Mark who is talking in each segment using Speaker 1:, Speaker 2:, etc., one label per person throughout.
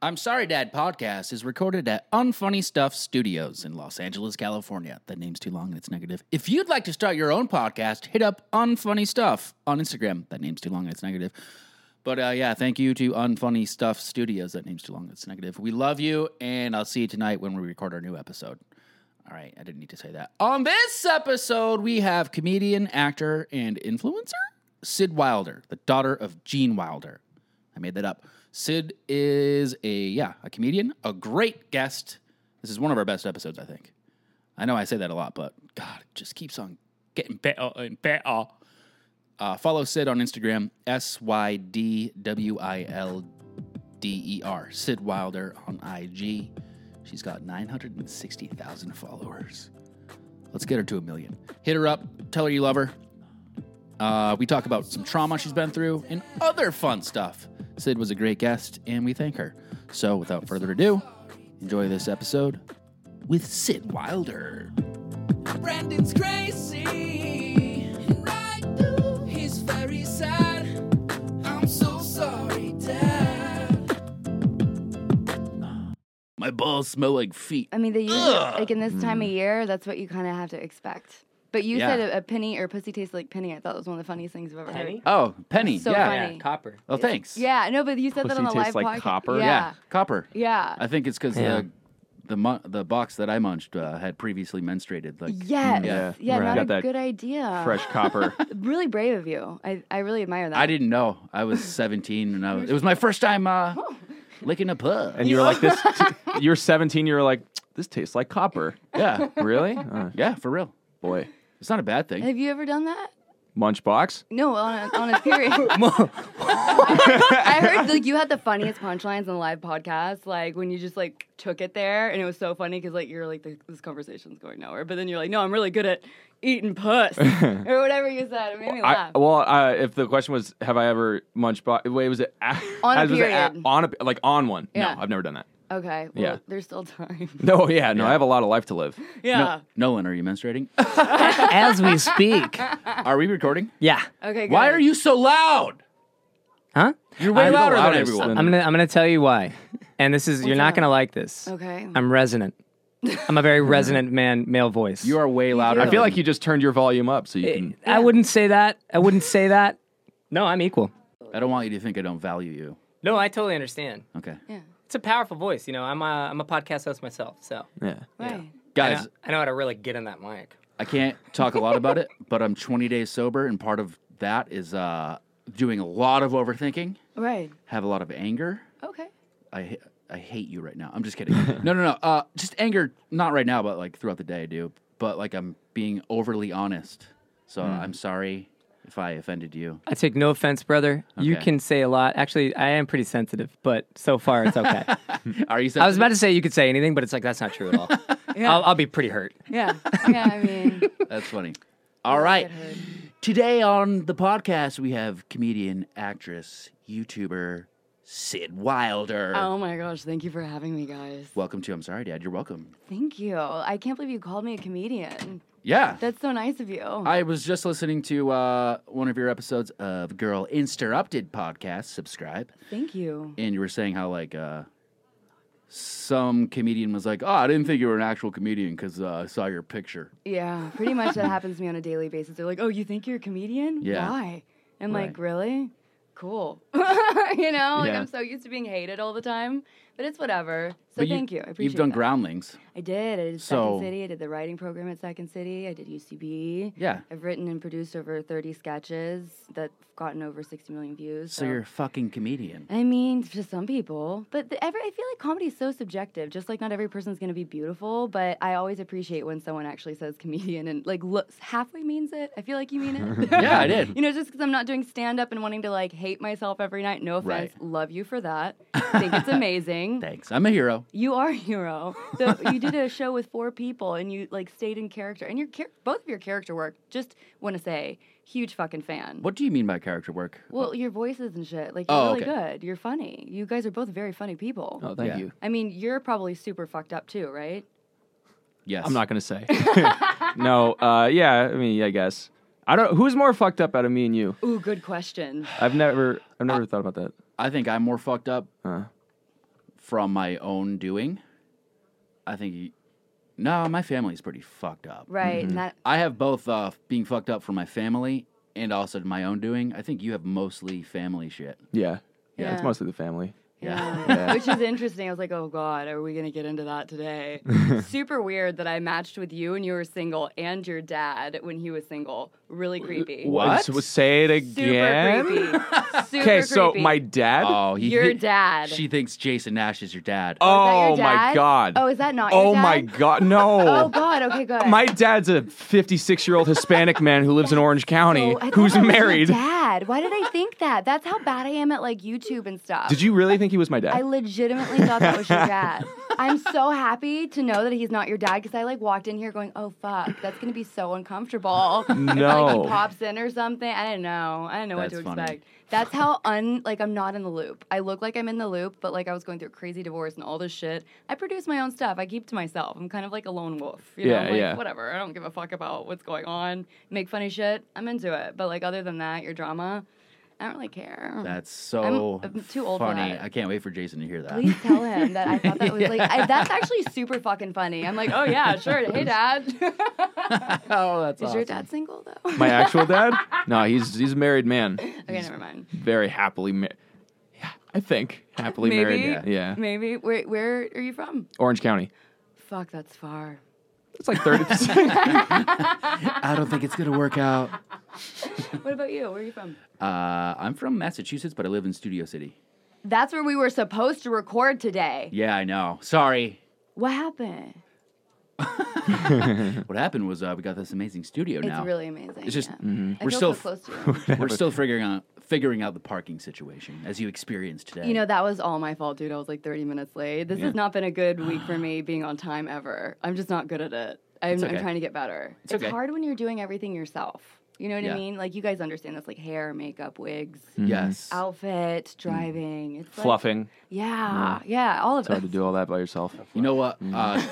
Speaker 1: I'm Sorry Dad podcast is recorded at Unfunny Stuff Studios in Los Angeles, California. That name's too long and it's negative. If you'd like to start your own podcast, hit up Unfunny Stuff on Instagram. That name's too long and it's negative. But uh, yeah, thank you to Unfunny Stuff Studios. That name's too long and it's negative. We love you, and I'll see you tonight when we record our new episode. All right, I didn't need to say that. On this episode, we have comedian, actor, and influencer Sid Wilder, the daughter of Gene Wilder. I made that up. Sid is a yeah, a comedian, a great guest. This is one of our best episodes, I think. I know I say that a lot, but God, it just keeps on getting better and better. Uh, follow Sid on Instagram, S Y D W I L D E R. Sid Wilder on IG. She's got 960,000 followers. Let's get her to a million. Hit her up, tell her you love her. Uh, we talk about some trauma she's been through and other fun stuff. Sid was a great guest, and we thank her. So, without further ado, enjoy this episode with Sid Wilder.
Speaker 2: Brandon's crazy. And right through, he's very sad. I'm so sorry, Dad.
Speaker 1: My balls smell like feet.
Speaker 3: I mean, they use like in this time of year, that's what you kind of have to expect. But you said
Speaker 1: Yeah.
Speaker 3: a, a penny or pussy tastes like penny. I thought that was one of the funniest things I've ever heard.
Speaker 4: Penny?
Speaker 1: Oh, Penny.
Speaker 3: So
Speaker 1: yeah.
Speaker 3: funny.
Speaker 4: Copper.
Speaker 1: Oh, thanks.
Speaker 3: Yeah, no, but you said that on
Speaker 5: Pussy
Speaker 3: the live
Speaker 5: tastes like
Speaker 3: podcast.
Speaker 5: copper?
Speaker 3: Yeah,
Speaker 1: Yeah,
Speaker 3: yeah.
Speaker 1: Copper. I think it's because
Speaker 4: Yeah.
Speaker 1: the the mu- the box that I munched uh, had previously menstruated. Like,
Speaker 3: Yes.
Speaker 1: Yeah.
Speaker 3: Yeah, not
Speaker 5: Right. Mm, Got
Speaker 3: a
Speaker 5: that
Speaker 3: good idea.
Speaker 5: Fresh copper.
Speaker 3: Really brave of you. I, I really admire that.
Speaker 1: I didn't know. I was 17, and I was, it was my first time uh, licking a pug.
Speaker 5: And you were like, this, t- you're 17, you were like, this tastes like copper.
Speaker 1: yeah,
Speaker 5: Really? Uh,
Speaker 1: yeah, for real.
Speaker 5: boy.
Speaker 1: It's not a bad thing.
Speaker 3: Have you ever done that?
Speaker 5: Lunchbox?
Speaker 3: No, on a, on a period. I heard like you had the funniest punchlines on the live podcast, like when you just like took it there, and it was so funny because like you're like this, this conversation's going nowhere, but then you're like, no, I'm really good at eating puss or whatever you said. It made me
Speaker 5: I,
Speaker 3: laugh.
Speaker 5: well, uh, if the question was, have I ever munched box? Wait, was it a-
Speaker 3: On a
Speaker 5: as was it a-
Speaker 3: period.
Speaker 5: on a, like on one.
Speaker 3: Yeah.
Speaker 5: No, I've never done that.
Speaker 3: okay, well,
Speaker 5: yeah.
Speaker 3: there's still time.
Speaker 5: No, yeah, no, I have a lot of life to live.
Speaker 3: yeah.
Speaker 1: Nolan, are you menstruating?
Speaker 4: As we speak.
Speaker 1: are we recording?
Speaker 4: Yeah.
Speaker 3: Okay. Good.
Speaker 1: Why are you so loud?
Speaker 4: Huh?
Speaker 1: You're way
Speaker 5: I'm
Speaker 1: louder
Speaker 5: loud
Speaker 1: than
Speaker 5: as
Speaker 1: everyone.
Speaker 5: than-
Speaker 4: I'm gonna I'm gonna tell you why. And this is you're not
Speaker 3: that?
Speaker 4: gonna like this.
Speaker 3: Okay.
Speaker 4: I'm resonant. I'm a very resonant man male voice.
Speaker 1: You are way louder.
Speaker 3: do.
Speaker 5: I feel like you just turned your volume up so you can.
Speaker 4: I wouldn't say that. I wouldn't say that. No, I'm equal.
Speaker 1: I don't want you to think I don't value you.
Speaker 4: No, I totally understand.
Speaker 1: Okay,
Speaker 4: It's a powerful voice, you know. I'm a I'm a podcast host myself, so
Speaker 5: Yeah.
Speaker 3: Right.
Speaker 1: guys.
Speaker 4: I know, I know how to really get in that mic.
Speaker 1: I can't talk a lot about it, but I'm 20 days sober, and part of that is uh, doing a lot of overthinking,
Speaker 3: Right.
Speaker 1: have a lot of anger.
Speaker 3: Okay.
Speaker 1: I ha- I hate you right now. I'm just kidding. no, no, no. Uh, just anger, not right now, but like throughout the day, I do. But like I'm being overly honest, so
Speaker 4: Hmm.
Speaker 1: I'm sorry if I offended you.
Speaker 4: I take no offense, brother. You
Speaker 1: Okay.
Speaker 4: can say a lot. Actually, I am pretty sensitive, but so far it's okay.
Speaker 1: Are you?
Speaker 4: I was about to say you could say anything, but it's like that's not true at all. I'll, I'll be pretty hurt.
Speaker 3: Yeah. yeah. I mean.
Speaker 1: That's funny. All right. Today on the podcast, we have comedian, actress, YouTuber Sid Wilder.
Speaker 3: Oh my gosh! Thank you for having me, guys.
Speaker 1: Welcome to I'm Sorry, Dad. You're welcome.
Speaker 3: Thank you. I can't believe you called me a comedian.
Speaker 1: Yeah.
Speaker 3: That's so nice of you.
Speaker 1: I was just listening to uh, one of your episodes of Girl Interrupted podcast. Subscribe,
Speaker 3: Thank you.
Speaker 1: and you were saying how like uh, some comedian was like, "Oh, I didn't think you were an actual comedian because uh, I saw your picture."
Speaker 3: Yeah, pretty much that happens to me on a daily basis. They're like, "Oh, you think you're a comedian?
Speaker 1: Yeah.
Speaker 3: Why?" I'm like,
Speaker 1: Right.
Speaker 3: "Really? Cool." you know, like
Speaker 1: Yeah.
Speaker 3: I'm so used to being hated all the time, but it's whatever. So
Speaker 1: But
Speaker 3: thank you. I appreciate
Speaker 1: You've done
Speaker 3: that.
Speaker 1: Groundlings.
Speaker 3: I did. I did
Speaker 1: So-
Speaker 3: Second City. I did the writing program at Second City. I did UCB.
Speaker 1: Yeah.
Speaker 3: I've written and produced over 30 sketches that have gotten over 60 million views.
Speaker 1: So you're a fucking comedian.
Speaker 3: I mean, to some people, but the, every, I feel like comedy is so subjective. Just like not every person's going to be beautiful, but I always appreciate when someone actually says comedian and like looks halfway means it. I feel like you mean it.
Speaker 1: Yeah, I did.
Speaker 3: You know, just because I'm not doing stand up and wanting to like hate myself every night. No offense.
Speaker 1: Right.
Speaker 3: Love you for that. Think it's amazing.
Speaker 1: Thanks. I'm a hero.
Speaker 3: you are a hero. So you did a show with four people and you like stayed in character and your char- both of your character work. Just want to say, huge fucking fan.
Speaker 1: What do you mean by character work?
Speaker 5: Oh.
Speaker 3: Well, your voices and shit. Like you're
Speaker 1: Oh,
Speaker 3: really
Speaker 1: okay.
Speaker 3: good. You're funny. You guys are both very funny people.
Speaker 5: Oh, thank
Speaker 1: Yeah.
Speaker 5: you.
Speaker 3: I mean, you're probably super fucked up too, right?
Speaker 1: Yes.
Speaker 5: I'm not going to say. no, uh, yeah, I mean, I guess. I don't, who's more fucked up out of me and you?
Speaker 3: Ooh, good question.
Speaker 5: I've never, I've never thought about that.
Speaker 1: I think I'm more fucked up.
Speaker 5: Uh.
Speaker 1: from my own doing, I think. You, no, my family's pretty fucked up.
Speaker 3: right?
Speaker 5: Mm-hmm.
Speaker 3: And that
Speaker 1: I have both uh, being fucked up from my family and also to my own doing. I think you have mostly family shit.
Speaker 5: Yeah. Yeah. It's
Speaker 3: Yeah.
Speaker 5: mostly the family.
Speaker 1: Yeah.
Speaker 3: Which is interesting. I was like, oh God, are we going to get into that today? Super weird that I matched with you and you were single and your dad when he was single. Really creepy.
Speaker 1: What?
Speaker 5: So say it
Speaker 3: Super
Speaker 5: again.
Speaker 3: creepy. Super
Speaker 5: Okay, so
Speaker 3: creepy.
Speaker 5: my dad.
Speaker 1: oh, he,
Speaker 3: Your
Speaker 1: he-
Speaker 3: dad.
Speaker 1: She thinks Jason Nash is your dad.
Speaker 5: oh
Speaker 3: Oh,
Speaker 5: my god.
Speaker 3: Oh, is that not your
Speaker 5: Oh my
Speaker 3: dad?
Speaker 5: god. No.
Speaker 3: Oh God. Okay, good.
Speaker 5: My dad's a 56 year old Hispanic man who lives in Orange County
Speaker 3: Oh, I thought
Speaker 5: who's
Speaker 3: that was your
Speaker 5: married.
Speaker 3: Dad. Why did I think that? That's how bad I am at like YouTube and stuff.
Speaker 5: Did you really think he was my dad?
Speaker 3: I legitimately thought that was your dad. I'm so happy to know that he's not your dad because I like walked in here going, "Oh fuck, that's gonna be so uncomfortable." If, like
Speaker 5: No.
Speaker 3: he pops in or something. I don't know. I don't know
Speaker 1: That's
Speaker 3: what to
Speaker 1: funny.
Speaker 3: expect. That's how un like I'm not in the loop. I look like I'm in the loop, but like I was going through a crazy divorce and all this shit. I produce my own stuff. I keep to myself. I'm kind of like a lone wolf. You know?
Speaker 5: Yeah,
Speaker 3: I'm like,
Speaker 5: yeah.
Speaker 3: Whatever. I don't give a fuck about what's going on. Make funny shit. I'm into it. But like other than that, your drama, I don't really care.
Speaker 1: That's so
Speaker 3: I'm- I'm too old for
Speaker 1: funny.
Speaker 3: that.
Speaker 1: I can't wait for Jason to hear that.
Speaker 3: Please tell him that I thought that was like I, that's actually super fucking funny. I'm like, oh yeah, sure. Hey, dad. Is
Speaker 1: oh, that's
Speaker 3: your
Speaker 1: awesome.
Speaker 3: dad single though?
Speaker 5: my actual dad? No, he's he's a married man.
Speaker 3: okay, never mind.
Speaker 5: Very happily married. Yeah, I think happily
Speaker 3: Maybe.
Speaker 5: married. Yeah.
Speaker 3: Maybe. Where Where are you from?
Speaker 5: Orange County.
Speaker 3: Fuck, that's far.
Speaker 5: It's like 30.
Speaker 1: I don't think it's gonna work out.
Speaker 3: What about you? Where are you from?
Speaker 1: Uh, I'm from Massachusetts, but I live in Studio City.
Speaker 3: That's where we were supposed to record today.
Speaker 1: Yeah, I know. Sorry.
Speaker 3: What happened?
Speaker 1: What happened was uh, we got this amazing studio now.
Speaker 3: It's really amazing.
Speaker 1: It's just-
Speaker 3: yeah.
Speaker 1: mhm.
Speaker 3: I
Speaker 1: we're still
Speaker 3: feel so
Speaker 1: f-
Speaker 3: close to you.
Speaker 1: We're still figuring out figuring out the parking situation as you experienced today.
Speaker 3: You know, that was all my fault, dude. I was like 30 minutes late. This
Speaker 1: Yeah.
Speaker 3: has not been a good week for me being on time ever. I'm just not good at it. I'm,
Speaker 1: It's okay.
Speaker 3: I'm trying to get better. It's,
Speaker 1: okay.
Speaker 3: hard when you're doing everything yourself. You know what
Speaker 1: Yeah. Mm-hmm.
Speaker 3: I mean? Like, you guys understand this, like hair, makeup, wigs,
Speaker 1: yes. Mm-hmm.
Speaker 3: outfit, driving. It's like-
Speaker 5: Fluffing.
Speaker 3: yeah, yeah, all of
Speaker 5: It's hard
Speaker 3: it.
Speaker 5: to do all that by yourself.
Speaker 1: You know what? Uh,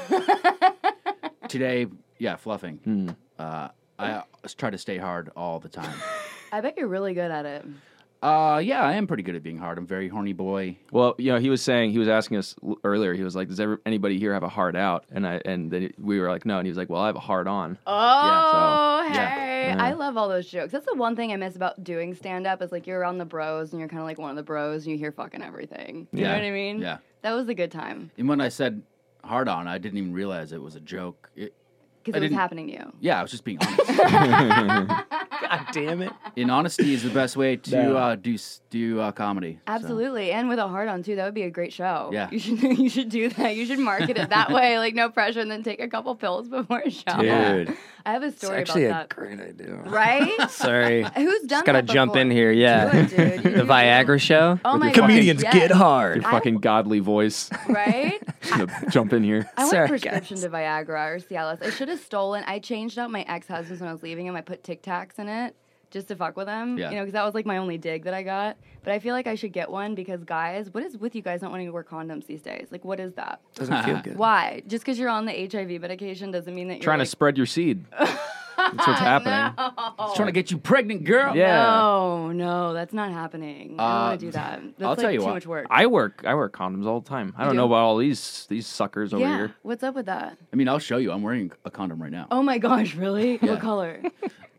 Speaker 1: today, yeah, fluffing. Uh, I s- try to stay hard all the time.
Speaker 3: I bet you're really good at it.
Speaker 1: uh, yeah, I am pretty good at being hard. I'm a very horny boy.
Speaker 5: Well, you know, he was saying he was asking us l- earlier. He was like, "Does ever, anybody here have a hard out?" And I and then we were like, "No." And he was like, "Well, I have a hard on."
Speaker 3: Oh,
Speaker 1: Yeah, so- yeah.
Speaker 3: hey. I love all those jokes. That's the one thing I miss about doing stand up is like you're around the bros and you're kind of like one of the bros and you hear fucking everything. You
Speaker 1: Yeah,
Speaker 3: know what I mean?
Speaker 1: yeah.
Speaker 3: That was a good time
Speaker 1: And when I said hard on, I didn't even realize it was a joke. It, I
Speaker 3: because it was
Speaker 1: didn't-
Speaker 3: happening to you.
Speaker 1: yeah, I was just being honest.
Speaker 4: God damn it.
Speaker 1: In honesty is the best way to uh, do s- do uh, comedy. so.
Speaker 3: Absolutely, and with a heart on too. That would be a great show.
Speaker 1: Yeah.
Speaker 3: you should you should do that. You should market it that way, like no pressure, and then take a couple pills before a show.
Speaker 4: Dude.
Speaker 3: Oh, I have a
Speaker 4: It's
Speaker 3: story about
Speaker 4: actually a
Speaker 3: that.
Speaker 4: great idea.
Speaker 3: Right?
Speaker 4: Uh, Sorry.
Speaker 3: Who's done?
Speaker 4: Just gotta
Speaker 3: that
Speaker 4: jump
Speaker 3: before?
Speaker 4: in here,
Speaker 3: Do
Speaker 4: yeah.
Speaker 3: it, dude. You
Speaker 4: The
Speaker 3: do.
Speaker 4: Viagra show.
Speaker 3: Oh my
Speaker 4: Comedians
Speaker 3: God,
Speaker 4: get
Speaker 3: yes.
Speaker 4: hard.
Speaker 5: Your fucking godly voice.
Speaker 3: Right?
Speaker 5: I'm gonna jump in here.
Speaker 3: I
Speaker 4: Sorry,
Speaker 3: went prescription to Viagra or Cialis. I should have stolen. I changed out my ex husband's when I was leaving him. I put Tic Tacs in it just to fuck with him.
Speaker 1: Yeah.
Speaker 3: You know, because that was like my only dig that I got. But I feel like I should get one because guys, what is with you guys not wanting to wear condoms these days? Like, what is that?
Speaker 4: Doesn't feel good.
Speaker 3: Why? Just because you're on the HIV medication doesn't mean that you're
Speaker 5: Trying
Speaker 3: like,
Speaker 5: to spread your seed. That's what's happening.
Speaker 1: Just trying to get you pregnant, girl.
Speaker 5: Yeah.
Speaker 3: No, no, that's not happening. I don't want to do that. That's
Speaker 1: Uh, I'll
Speaker 3: like
Speaker 1: tell you
Speaker 3: too
Speaker 1: what,
Speaker 3: much work.
Speaker 5: I work. I wear condoms all the time. I don't
Speaker 3: do?
Speaker 5: know about all these these suckers over
Speaker 3: yeah.
Speaker 5: here.
Speaker 3: What's up with that?
Speaker 1: I mean, I'll show you. I'm wearing a condom right now.
Speaker 3: Oh my gosh, really?
Speaker 1: Yeah.
Speaker 3: What color?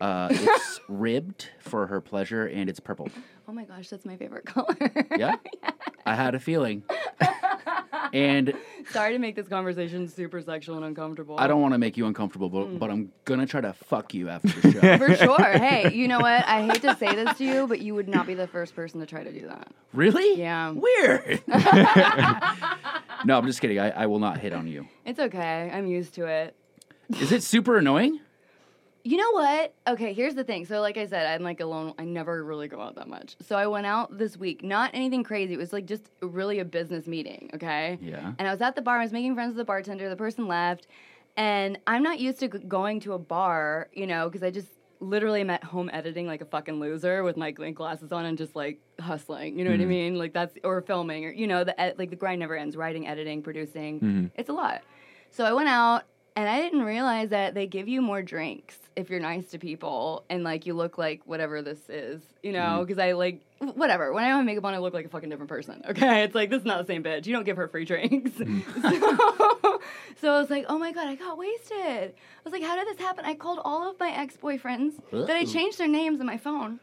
Speaker 1: Uh, it's ribbed for her pleasure, and it's purple.
Speaker 3: Oh my gosh, that's my favorite color.
Speaker 1: Yeah, I had a feeling. and
Speaker 3: Sorry to make this conversation super sexual and uncomfortable.
Speaker 1: I don't want to make you uncomfortable, but, but I'm gonna try to fuck you after the show.
Speaker 3: For sure. Hey, you know what? I hate to say this to you, but you would not be the first person to try to do that.
Speaker 1: really?
Speaker 3: Yeah.
Speaker 1: Weird. no, I'm just kidding. I, I will not hit on you.
Speaker 3: It's okay. I'm used to it.
Speaker 1: Is it super annoying?
Speaker 3: You know what? Okay, here's the thing. So, like I said, I'm like alone. I never really go out that much. So, I went out this week. Not anything crazy. It was like just really a business meeting, okay?
Speaker 1: Yeah.
Speaker 3: And I was at the bar. I was making friends with the bartender. The person left. And I'm not used to g- going to a bar, you know, because I just literally am at home editing like a fucking loser with my gl- glasses on and just like hustling. You know what I mean? Like that's, or filming, or, you know, the ed- like the grind never ends writing, editing, producing. It's a lot. So I went out And I didn't realize that they give you more drinks if you're nice to people and like you look like whatever this is, you know? Because I like whatever. When I don't have makeup on, I look like a fucking different person. Okay, it's like this is not the same bitch. You don't give her free drinks. so, so I was like, oh my god, I got wasted. I was like, how did this happen? I called all of my ex boyfriends that I changed their names in my phone.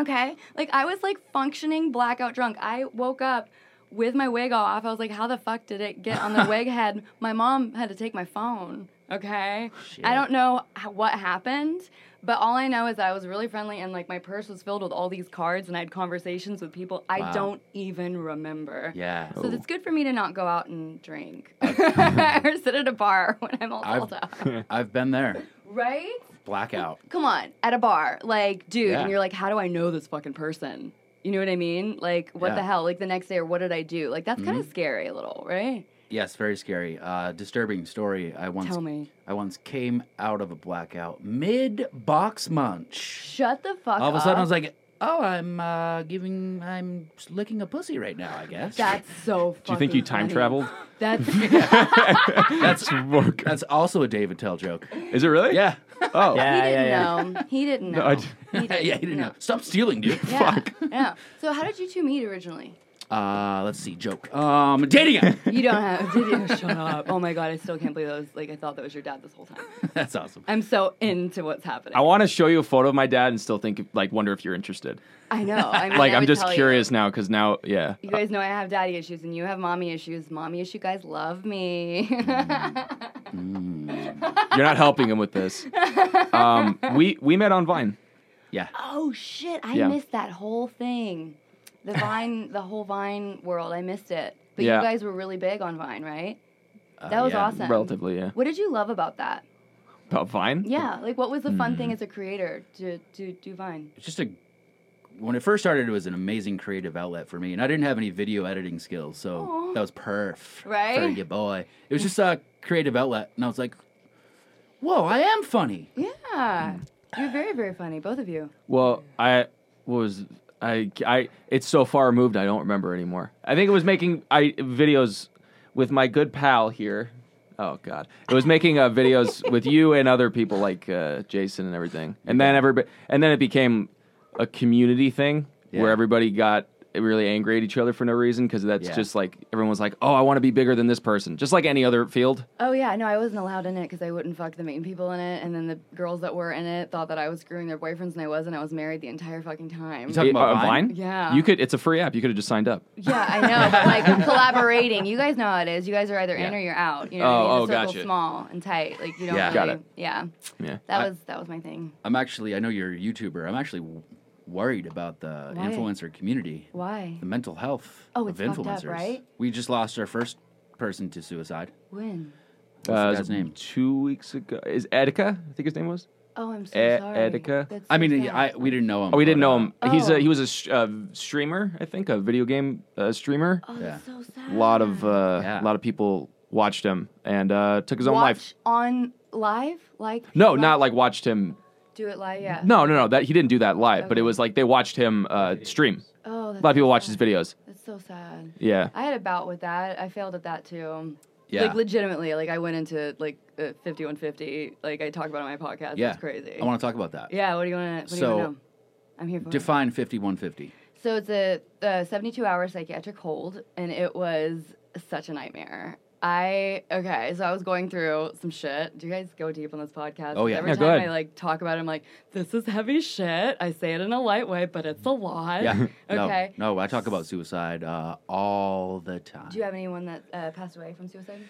Speaker 3: Okay. Like I was like functioning blackout drunk. I woke up with my wig off. I was like, how the fuck did it get on the wig head? My mom had to take my phone. Okay. I don't know h- what happened, but all I know is I was really friendly and like my purse was filled with all these cards and I had conversations with people I don't even remember.
Speaker 1: Yeah.
Speaker 3: So it's good for me to not go out and drink or sit at a bar when I'm all
Speaker 1: Uh, I've-
Speaker 3: dolled up.
Speaker 1: I've been there.
Speaker 3: Right?
Speaker 1: Blackout.
Speaker 3: come on, at a bar, like, dude,
Speaker 1: Yeah.
Speaker 3: and you're like, how do I know this fucking person? You know what I mean? Like, what the
Speaker 1: Yeah.
Speaker 3: hell? Like the next day, or what did I do? Like that's kind of scary, a little, right?
Speaker 1: Yes, very scary. Uh, disturbing story. I once
Speaker 3: Tell me.
Speaker 1: I once came out of a blackout mid box munch.
Speaker 3: Shut the fuck.
Speaker 1: All of a sudden, I was
Speaker 3: up.
Speaker 1: like, "Oh, I'm uh, giving, I'm licking a pussy right now." I guess
Speaker 3: that's so.
Speaker 5: Do you think you
Speaker 3: fucking
Speaker 5: time
Speaker 3: funny.
Speaker 5: traveled?
Speaker 3: That's
Speaker 5: That's
Speaker 1: that's also a David Tell joke.
Speaker 5: Is it really?
Speaker 1: Yeah,
Speaker 5: Oh.
Speaker 4: Yeah.
Speaker 3: he didn't know. He didn't know.
Speaker 5: I d-
Speaker 3: he
Speaker 1: yeah,
Speaker 3: didn't,
Speaker 1: you didn't
Speaker 3: know.
Speaker 1: know. Stop stealing, dude.
Speaker 3: Yeah, Yeah. So how did you two meet originally?
Speaker 1: Uh, let's see, joke. Um, dating app.
Speaker 3: You don't have. Did you? Shut up. Oh my god, I still can't believe that was like I thought that was your dad this whole time.
Speaker 1: that's awesome.
Speaker 3: I'm so into what's happening.
Speaker 5: I want to show you a photo of my dad and still think, like, wonder if you're interested.
Speaker 3: I know. I mean,
Speaker 5: Like,
Speaker 3: I
Speaker 5: I'm
Speaker 3: would
Speaker 5: just
Speaker 3: tell you.
Speaker 5: curious now because now, yeah.
Speaker 3: You guys know I have daddy issues and you have mommy issues. Mommy issue guys love me.
Speaker 5: You're not helping him with this. Um, we we met on Vine.
Speaker 1: Yeah,
Speaker 3: oh shit, I
Speaker 5: Yeah.
Speaker 3: missed that whole thing. The Vine, the whole Vine world, I missed it. But
Speaker 5: Yeah.
Speaker 3: you guys were really big on Vine, right? that was
Speaker 1: yeah,
Speaker 3: awesome.
Speaker 5: Relatively, yeah.
Speaker 3: What did you love about that?
Speaker 5: About Vine?
Speaker 3: Yeah, like what was the fun thing as a creator to, to do Vine?
Speaker 1: it's just a. When it first started, it was an amazing creative outlet for me, and I didn't have any video editing skills, so
Speaker 3: Aw.
Speaker 1: that was perf for
Speaker 3: Right?
Speaker 1: your boy. It was just a creative outlet, and I was like, "Whoa, I am funny."
Speaker 3: Yeah. Mm. You're very, very funny, both of you.
Speaker 5: Well, I what was I I it's so far removed I don't remember anymore. I think it was making I videos with my good pal here. Oh god. It was making uh, videos with you and other people like uh, Jason and everything. And then everybody and then it became a community thing
Speaker 1: Yeah.
Speaker 5: where everybody got really angry at each other for no reason because that's
Speaker 1: Yeah.
Speaker 5: just like everyone was like, "Oh, I want to be bigger than this person." Just like any other field.
Speaker 3: Oh yeah, no, I wasn't allowed in it because I wouldn't fuck the main people in it, and then the girls that were in it thought that I was screwing their boyfriends, and I wasn't. I was married the entire fucking time.
Speaker 1: You talking
Speaker 5: It-
Speaker 1: about
Speaker 5: uh,
Speaker 1: Vine?
Speaker 3: Yeah.
Speaker 5: You could it's a free app. You could have just signed up.
Speaker 3: Yeah, I know. But like collaborating, you guys know how it is. You guys are either in
Speaker 5: Yeah.
Speaker 3: or you're out. You know, what I
Speaker 5: Oh,
Speaker 3: mean?
Speaker 5: oh,
Speaker 3: the circle's
Speaker 5: gotcha.
Speaker 3: small and tight. Like you don't.
Speaker 1: Yeah.
Speaker 3: really,
Speaker 5: Got it.
Speaker 3: Yeah,
Speaker 5: Yeah.
Speaker 3: that
Speaker 1: I-
Speaker 3: was that was my thing.
Speaker 1: I'm actually, I know you're a YouTuber. I'm actually w- worried about the
Speaker 3: Why?
Speaker 1: influencer community,
Speaker 3: Why?
Speaker 1: the mental health of
Speaker 3: Oh, it's fucked up,
Speaker 1: influencers.
Speaker 3: right?
Speaker 1: We just lost our first person to suicide.
Speaker 3: When?
Speaker 5: What's
Speaker 1: the
Speaker 5: uh,
Speaker 1: guy's name?
Speaker 5: Two weeks ago, is Etika? I think his name was.
Speaker 3: Oh, I'm so
Speaker 5: E-
Speaker 3: sorry.
Speaker 5: Etika?
Speaker 3: That's
Speaker 1: I
Speaker 3: so
Speaker 1: mean,
Speaker 3: sad.
Speaker 1: I, we didn't know him.
Speaker 5: Oh, we didn't
Speaker 1: but,
Speaker 5: know
Speaker 1: uh,
Speaker 5: him. He's
Speaker 3: Oh.
Speaker 5: a he was a sh- uh, streamer, I think, a video game uh, streamer.
Speaker 3: Oh,
Speaker 1: Yeah.
Speaker 3: that's so sad.
Speaker 5: A lot of uh,
Speaker 1: Yeah.
Speaker 5: a lot of people watched him and uh, took his own
Speaker 3: Watch
Speaker 5: life.
Speaker 3: on live, like.
Speaker 5: No,
Speaker 3: watch-
Speaker 5: not like watched him.
Speaker 3: Do it live, yeah.
Speaker 5: No, no, no. That he didn't do that live, but it
Speaker 3: Okay.
Speaker 5: was like they watched him uh, stream.
Speaker 3: Oh, that's
Speaker 5: A lot of people
Speaker 3: so
Speaker 5: watched
Speaker 3: sad.
Speaker 5: his videos.
Speaker 3: That's so sad.
Speaker 5: Yeah.
Speaker 3: I had a bout with that. I failed at that too.
Speaker 1: Yeah.
Speaker 3: Like legitimately, like I went into like uh, 5150. Like I talk about it on my podcast.
Speaker 1: yeah.
Speaker 3: It's crazy.
Speaker 1: I want to talk about that.
Speaker 3: yeah. What do you want to? What do you
Speaker 1: So,
Speaker 3: want to know? I'm here for. it.
Speaker 1: Define 5150.
Speaker 3: So it's a, a 72 hour psychiatric hold, and it was such a nightmare. I okay, so I was going through some shit. Do you guys go deep on this podcast?
Speaker 1: Oh, yeah.
Speaker 3: Every
Speaker 5: Yeah,
Speaker 3: time
Speaker 5: go ahead.
Speaker 3: I like talk about it, I'm like, this is heavy shit. I say it in a light way, but it's a lot.
Speaker 1: Yeah.
Speaker 3: okay.
Speaker 1: No, no, I talk about suicide uh, all the time.
Speaker 3: Do you have anyone that uh, passed away from suicide?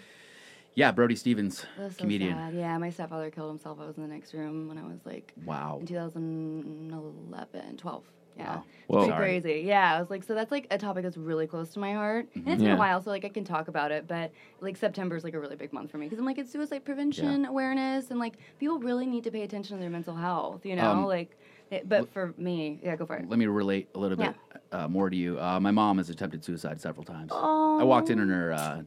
Speaker 1: yeah, Brody Stevens,
Speaker 3: That's so
Speaker 1: comedian.
Speaker 3: sad. Yeah, my stepfather killed himself. I was in the next room when I was like
Speaker 1: Wow.
Speaker 3: in 2011, 12. Yeah.
Speaker 1: Wow.
Speaker 3: It's
Speaker 5: Whoa.
Speaker 3: pretty
Speaker 1: Sorry.
Speaker 3: crazy. Yeah. I was like, so that's like a topic that's really close to my heart.
Speaker 1: Mm-hmm.
Speaker 3: And it's been
Speaker 5: Yeah.
Speaker 3: a while, so like I can talk about it, but like September is like a really big month for me because I'm like, it's suicide prevention awareness and like people really need to pay attention to their mental health, you know?
Speaker 1: Um,
Speaker 3: like, it, but for me, yeah, go for it.
Speaker 1: Let me relate a little bit uh, more to you. Uh, my mom has attempted suicide several times. I walked in on her uh,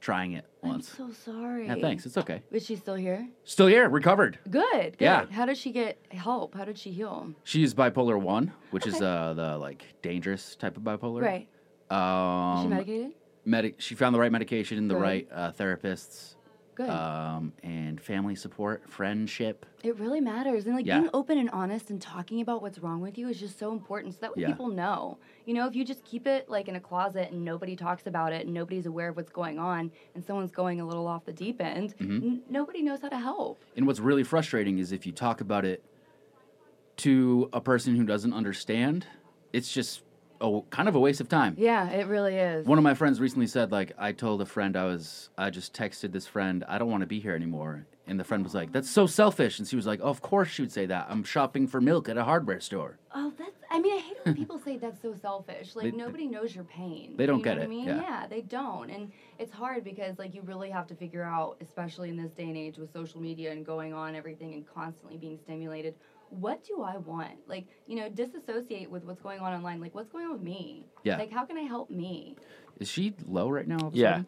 Speaker 1: trying it
Speaker 3: I'm
Speaker 1: once.
Speaker 3: so sorry.
Speaker 1: yeah, thanks. It's okay.
Speaker 3: Is she still here?
Speaker 1: Still here, recovered.
Speaker 3: Good. good.
Speaker 1: Yeah.
Speaker 3: How did she get help? How did she heal?
Speaker 1: She's bipolar one, which is uh, the like dangerous type of bipolar.
Speaker 3: Right.
Speaker 1: Um,
Speaker 3: Is she medicated?
Speaker 1: medic- she found the right medication, the
Speaker 3: Right.
Speaker 1: right, uh, therapists,
Speaker 3: Good.
Speaker 1: um, and family support, friendship.
Speaker 3: It really matters. And like
Speaker 1: Yeah.
Speaker 3: being open and honest and talking about what's wrong with you is just so important so that way
Speaker 1: Yeah.
Speaker 3: people know. You know, if you just keep it like in a closet and nobody talks about it and nobody's aware of what's going on and someone's going a little off the deep end,
Speaker 1: Mm-hmm.
Speaker 3: n- nobody knows how to help.
Speaker 1: And what's really frustrating is if you talk about it to a person who doesn't understand, it's just a, kind of a waste of time.
Speaker 3: Yeah, it really is.
Speaker 1: One of my friends recently said, like, I told a friend I was, I just texted this friend, I don't want to be here anymore. And the friend was like, that's so selfish. And she was like, oh, of course she would say that. I'm shopping for milk at a hardware store.
Speaker 3: oh, that's I mean, I hate it when people say that's so selfish. Like
Speaker 1: They-
Speaker 3: nobody knows your pain.
Speaker 1: they don't
Speaker 3: you
Speaker 1: get
Speaker 3: know what
Speaker 1: it,
Speaker 3: I mean?
Speaker 1: yeah.
Speaker 3: they don't. And it's hard because like you really have to figure out, especially in this day and age with social media and going on everything and constantly being stimulated, what do I want? Like, you know, disassociate with what's going on online. Like what's going on with me?
Speaker 1: Yeah.
Speaker 3: Like how can I help me?
Speaker 1: Is she low right now? all of a
Speaker 5: Yeah.
Speaker 1: sudden?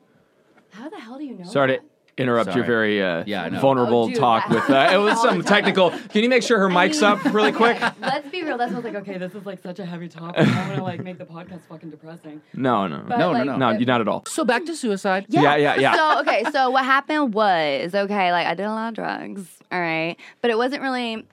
Speaker 3: How the hell do you know?
Speaker 5: Sorry
Speaker 3: that?
Speaker 5: to interrupt your
Speaker 1: Sorry.
Speaker 5: very uh,
Speaker 1: Yeah, I know.
Speaker 5: vulnerable
Speaker 3: Oh, dude,
Speaker 5: talk
Speaker 3: I-
Speaker 5: with uh, it was
Speaker 3: all
Speaker 5: some
Speaker 3: the time.
Speaker 5: technical. Can you make sure her mic's
Speaker 3: mean,
Speaker 5: up really quick?
Speaker 3: okay, Let's be real. That's what's like, okay, this is like such a heavy topic. I want to like make the podcast fucking depressing.
Speaker 5: No, no,
Speaker 3: But,
Speaker 1: No,
Speaker 5: no,
Speaker 1: no,
Speaker 3: like,
Speaker 1: no.
Speaker 5: no,
Speaker 3: it-
Speaker 5: you not at all.
Speaker 1: Uh, So back to suicide.
Speaker 5: Yeah, yeah, yeah.
Speaker 3: So okay, so what happened was okay, like I did a lot of drugs, all right, but it wasn't really.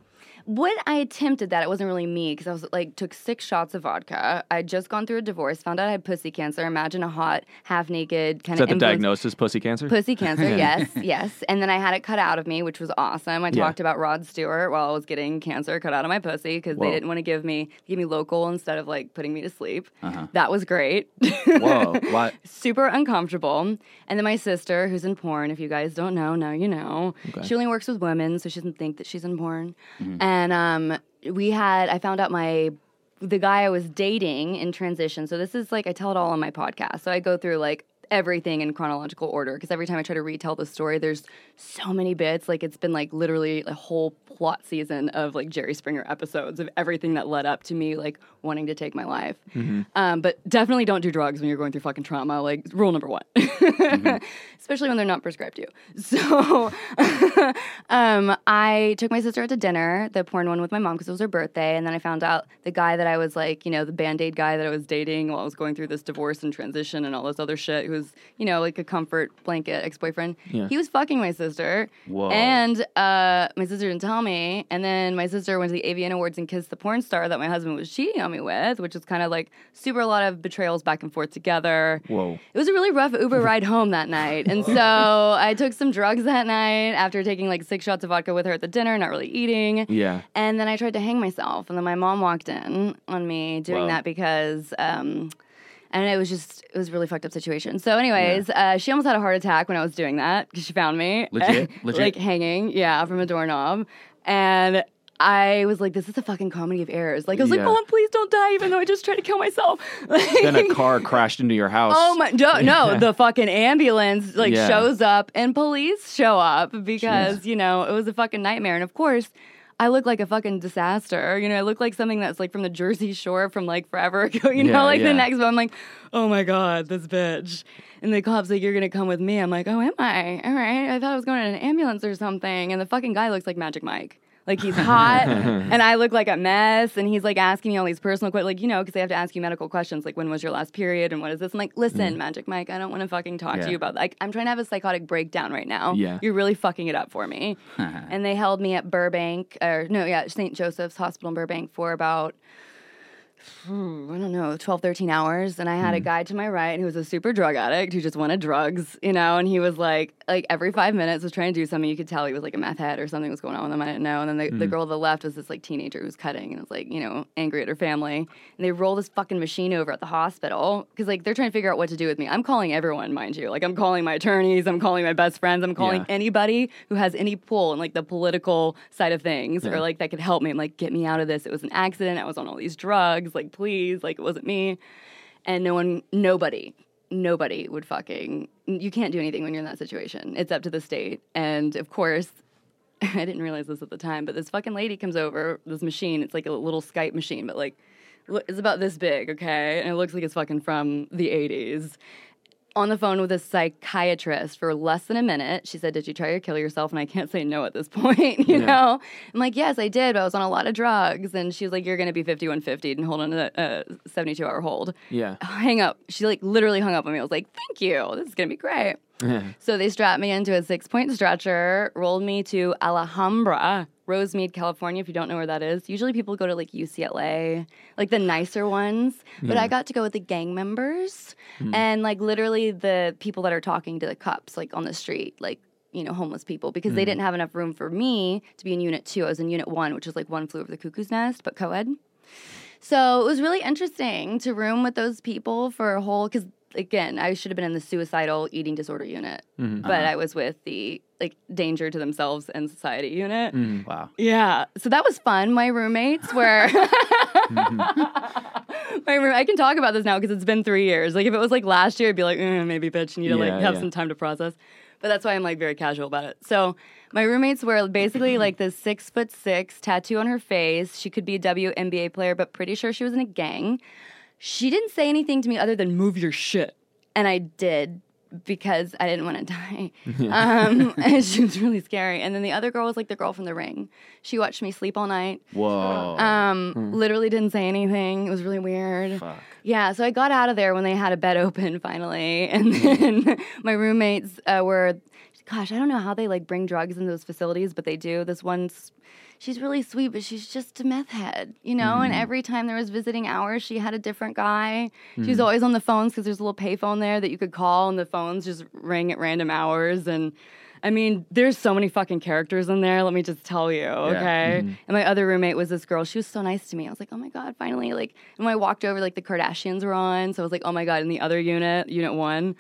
Speaker 3: When I attempted that, it wasn't really me because I was like took six shots of vodka. I'd just gone through a divorce, found out I had pussy cancer. Imagine a hot, half naked
Speaker 5: Is
Speaker 3: kind
Speaker 5: that
Speaker 3: of
Speaker 5: the diagnosis? Pussy cancer.
Speaker 3: Pussy cancer, yes, yes. And then I had it cut out of me, which was awesome. I
Speaker 5: Yeah.
Speaker 3: talked about Rod Stewart while I was getting cancer cut out of my pussy because they
Speaker 5: Whoa.
Speaker 3: didn't want to give me give me local instead of like putting me to sleep.
Speaker 1: Uh-huh.
Speaker 3: That was great.
Speaker 1: Whoa, what?
Speaker 3: super uncomfortable. And then my sister, who's in porn, if you guys don't know, now you know. She only works with women, so she doesn't think that she's in porn. And um, we had, I found out my the guy I was dating in transition. So this is like I tell it all on my podcast. So I go through like everything in chronological order because every time I try to retell the story, there's so many bits. Like it's been like literally a whole plot season of like Jerry Springer episodes of everything that led up to me like wanting to take my life. Um, but definitely don't do drugs when you're going through fucking trauma. Like rule number one, especially when they're not prescribed to you. So um, I took my sister out to dinner, the porn one with my mom because it was her birthday, and then I found out the guy that I was like, you know, the band aid guy that I was dating while I was going through this divorce and transition and all this other shit, who was you know like a comfort blanket ex boyfriend. He was fucking my sister,
Speaker 1: Whoa.
Speaker 3: and uh, my sister didn't tell me. And then my sister went to the AVN Awards and kissed the porn star that my husband was cheating on me with, which is kind of like super a lot of betrayals back and forth together.
Speaker 5: Whoa.
Speaker 3: It was a really rough Uber ride home that night. And so I took some drugs that night after taking like six shots of vodka with her at the dinner, not really eating.
Speaker 5: Yeah.
Speaker 3: And then I tried to hang myself. And then my mom walked in on me doing
Speaker 1: Wow.
Speaker 3: that because. Um, and it was just, it was a really fucked up situation. So, anyways, uh, she almost had a heart attack when I was doing that because she found me.
Speaker 1: Legit? Legit?
Speaker 3: like hanging, yeah, from a doorknob. And I was like, this is a fucking comedy of errors. Like, I was
Speaker 5: Yeah.
Speaker 3: like, Mom, please don't die, even though I just tried to kill myself.
Speaker 5: Then a car crashed into your house.
Speaker 3: Oh my no, no, the fucking ambulance like
Speaker 5: Yeah.
Speaker 3: shows up and police show up because, you know, it was a fucking nightmare. And of course, I look like a fucking disaster. You know, I look like something that's like from the Jersey Shore from like forever ago. You
Speaker 5: Yeah,
Speaker 3: know, like
Speaker 5: yeah.
Speaker 3: the next one, I'm like, oh my God, this bitch. And the cop's like, you're going to come with me. I'm like, oh, am I? All right. I thought I was going in an ambulance or something. And the fucking guy looks like Magic Mike. Like he's hot, and I look like a mess, and he's like asking me all these personal questions, like you know, because they have to ask you medical questions, like when was your last period, and what is this? I'm like, listen, Magic Mike, I don't want to fucking talk
Speaker 1: Yeah.
Speaker 3: to you about. Like, I'm trying to have a psychotic breakdown right now.
Speaker 5: Yeah.
Speaker 3: you're really fucking it up for me. and they held me at Burbank, or no, yeah, St. Joseph's Hospital in Burbank for about I don't know, 12, 13 hours. And I had a guy to my right who was a super drug addict who just wanted drugs, you know, and he was like, like every five minutes was trying to do something. You could tell he was like a meth head or something was going on with him. I didn't know. And then the, the girl to the left was this like teenager who was cutting and was like, you know, angry at her family. And they roll this fucking machine over at the hospital because like they're trying to figure out what to do with me. I'm calling everyone, mind you. Like I'm calling my attorneys, I'm calling my best friends, I'm calling
Speaker 5: Yeah.
Speaker 3: anybody who has any pull in like the political side of things or like that could help me. I'm like, get me out of this. It was an accident. I was on all these drugs. Like, please, like it wasn't me. And no one, nobody, nobody would fucking. You can't do anything when you're in that situation. It's up to the state. And of course. I didn't realize this at the time, but this fucking lady comes over, this machine, it's like a little Skype machine, but like, lo- it's about this big, okay? And it looks like it's fucking from the 80s on the phone with a psychiatrist for less than a minute. She said, Did you try to kill yourself? And I can't say no at this point, you know? I'm like, Yes, I did, but I was on a lot of drugs. And she was like, You're going to be 5150 and hold on to a 72 hour hold.
Speaker 5: Yeah.
Speaker 3: Hang up. She like literally hung up on me. I was like, Thank you. This is going to be great. So they strapped me into a six point stretcher, rolled me to Alhambra, Rosemead, California, if you don't know where that is. Usually people go to like UCLA, like the nicer ones. But I got to go with the gang members and like literally the people that are talking to the cops, like on the street, like, you know, homeless people, because they didn't have enough room for me to be in unit two. I was in unit one, which is like one flew over the cuckoo's nest, but co ed. So it was really interesting to room with those people for a whole because again, I should have been in the suicidal eating disorder unit, but I was with the like danger to themselves and society unit.
Speaker 1: Wow.
Speaker 3: Yeah, so that was fun. My roommates were. My room, I can talk about this now because it's been three years. Like if it was like last year, I'd be like, "Eh, maybe bitch, you need to
Speaker 5: Yeah,
Speaker 3: like have
Speaker 5: yeah.
Speaker 3: some time to process. But that's why I'm like very casual about it. So my roommates were basically like this six foot six tattoo on her face. She could be a WNBA player, but pretty sure she was in a gang. She didn't say anything to me other than move your shit. And I did because I didn't want to die. Um, and she was really scary. And then the other girl was like the girl from the ring. She watched me sleep all night.
Speaker 1: Whoa.
Speaker 3: Um, literally didn't say anything. It was really weird.
Speaker 1: Fuck.
Speaker 3: Yeah, so I got out of there when they had a bed open finally, and then my roommates uh, were, gosh, I don't know how they like bring drugs in those facilities, but they do. This one's, she's really sweet, but she's just a meth head, you know. And every time there was visiting hours, she had a different guy. She was always on the phones because there's a little payphone there that you could call, and the phones just rang at random hours and. I mean, there's so many fucking characters in there. Let me just tell you, okay? And my other roommate was this girl. She was so nice to me. I was like, oh my god, finally! Like, and when I walked over, like the Kardashians were on, so I was like, oh my god. In the other unit, unit one,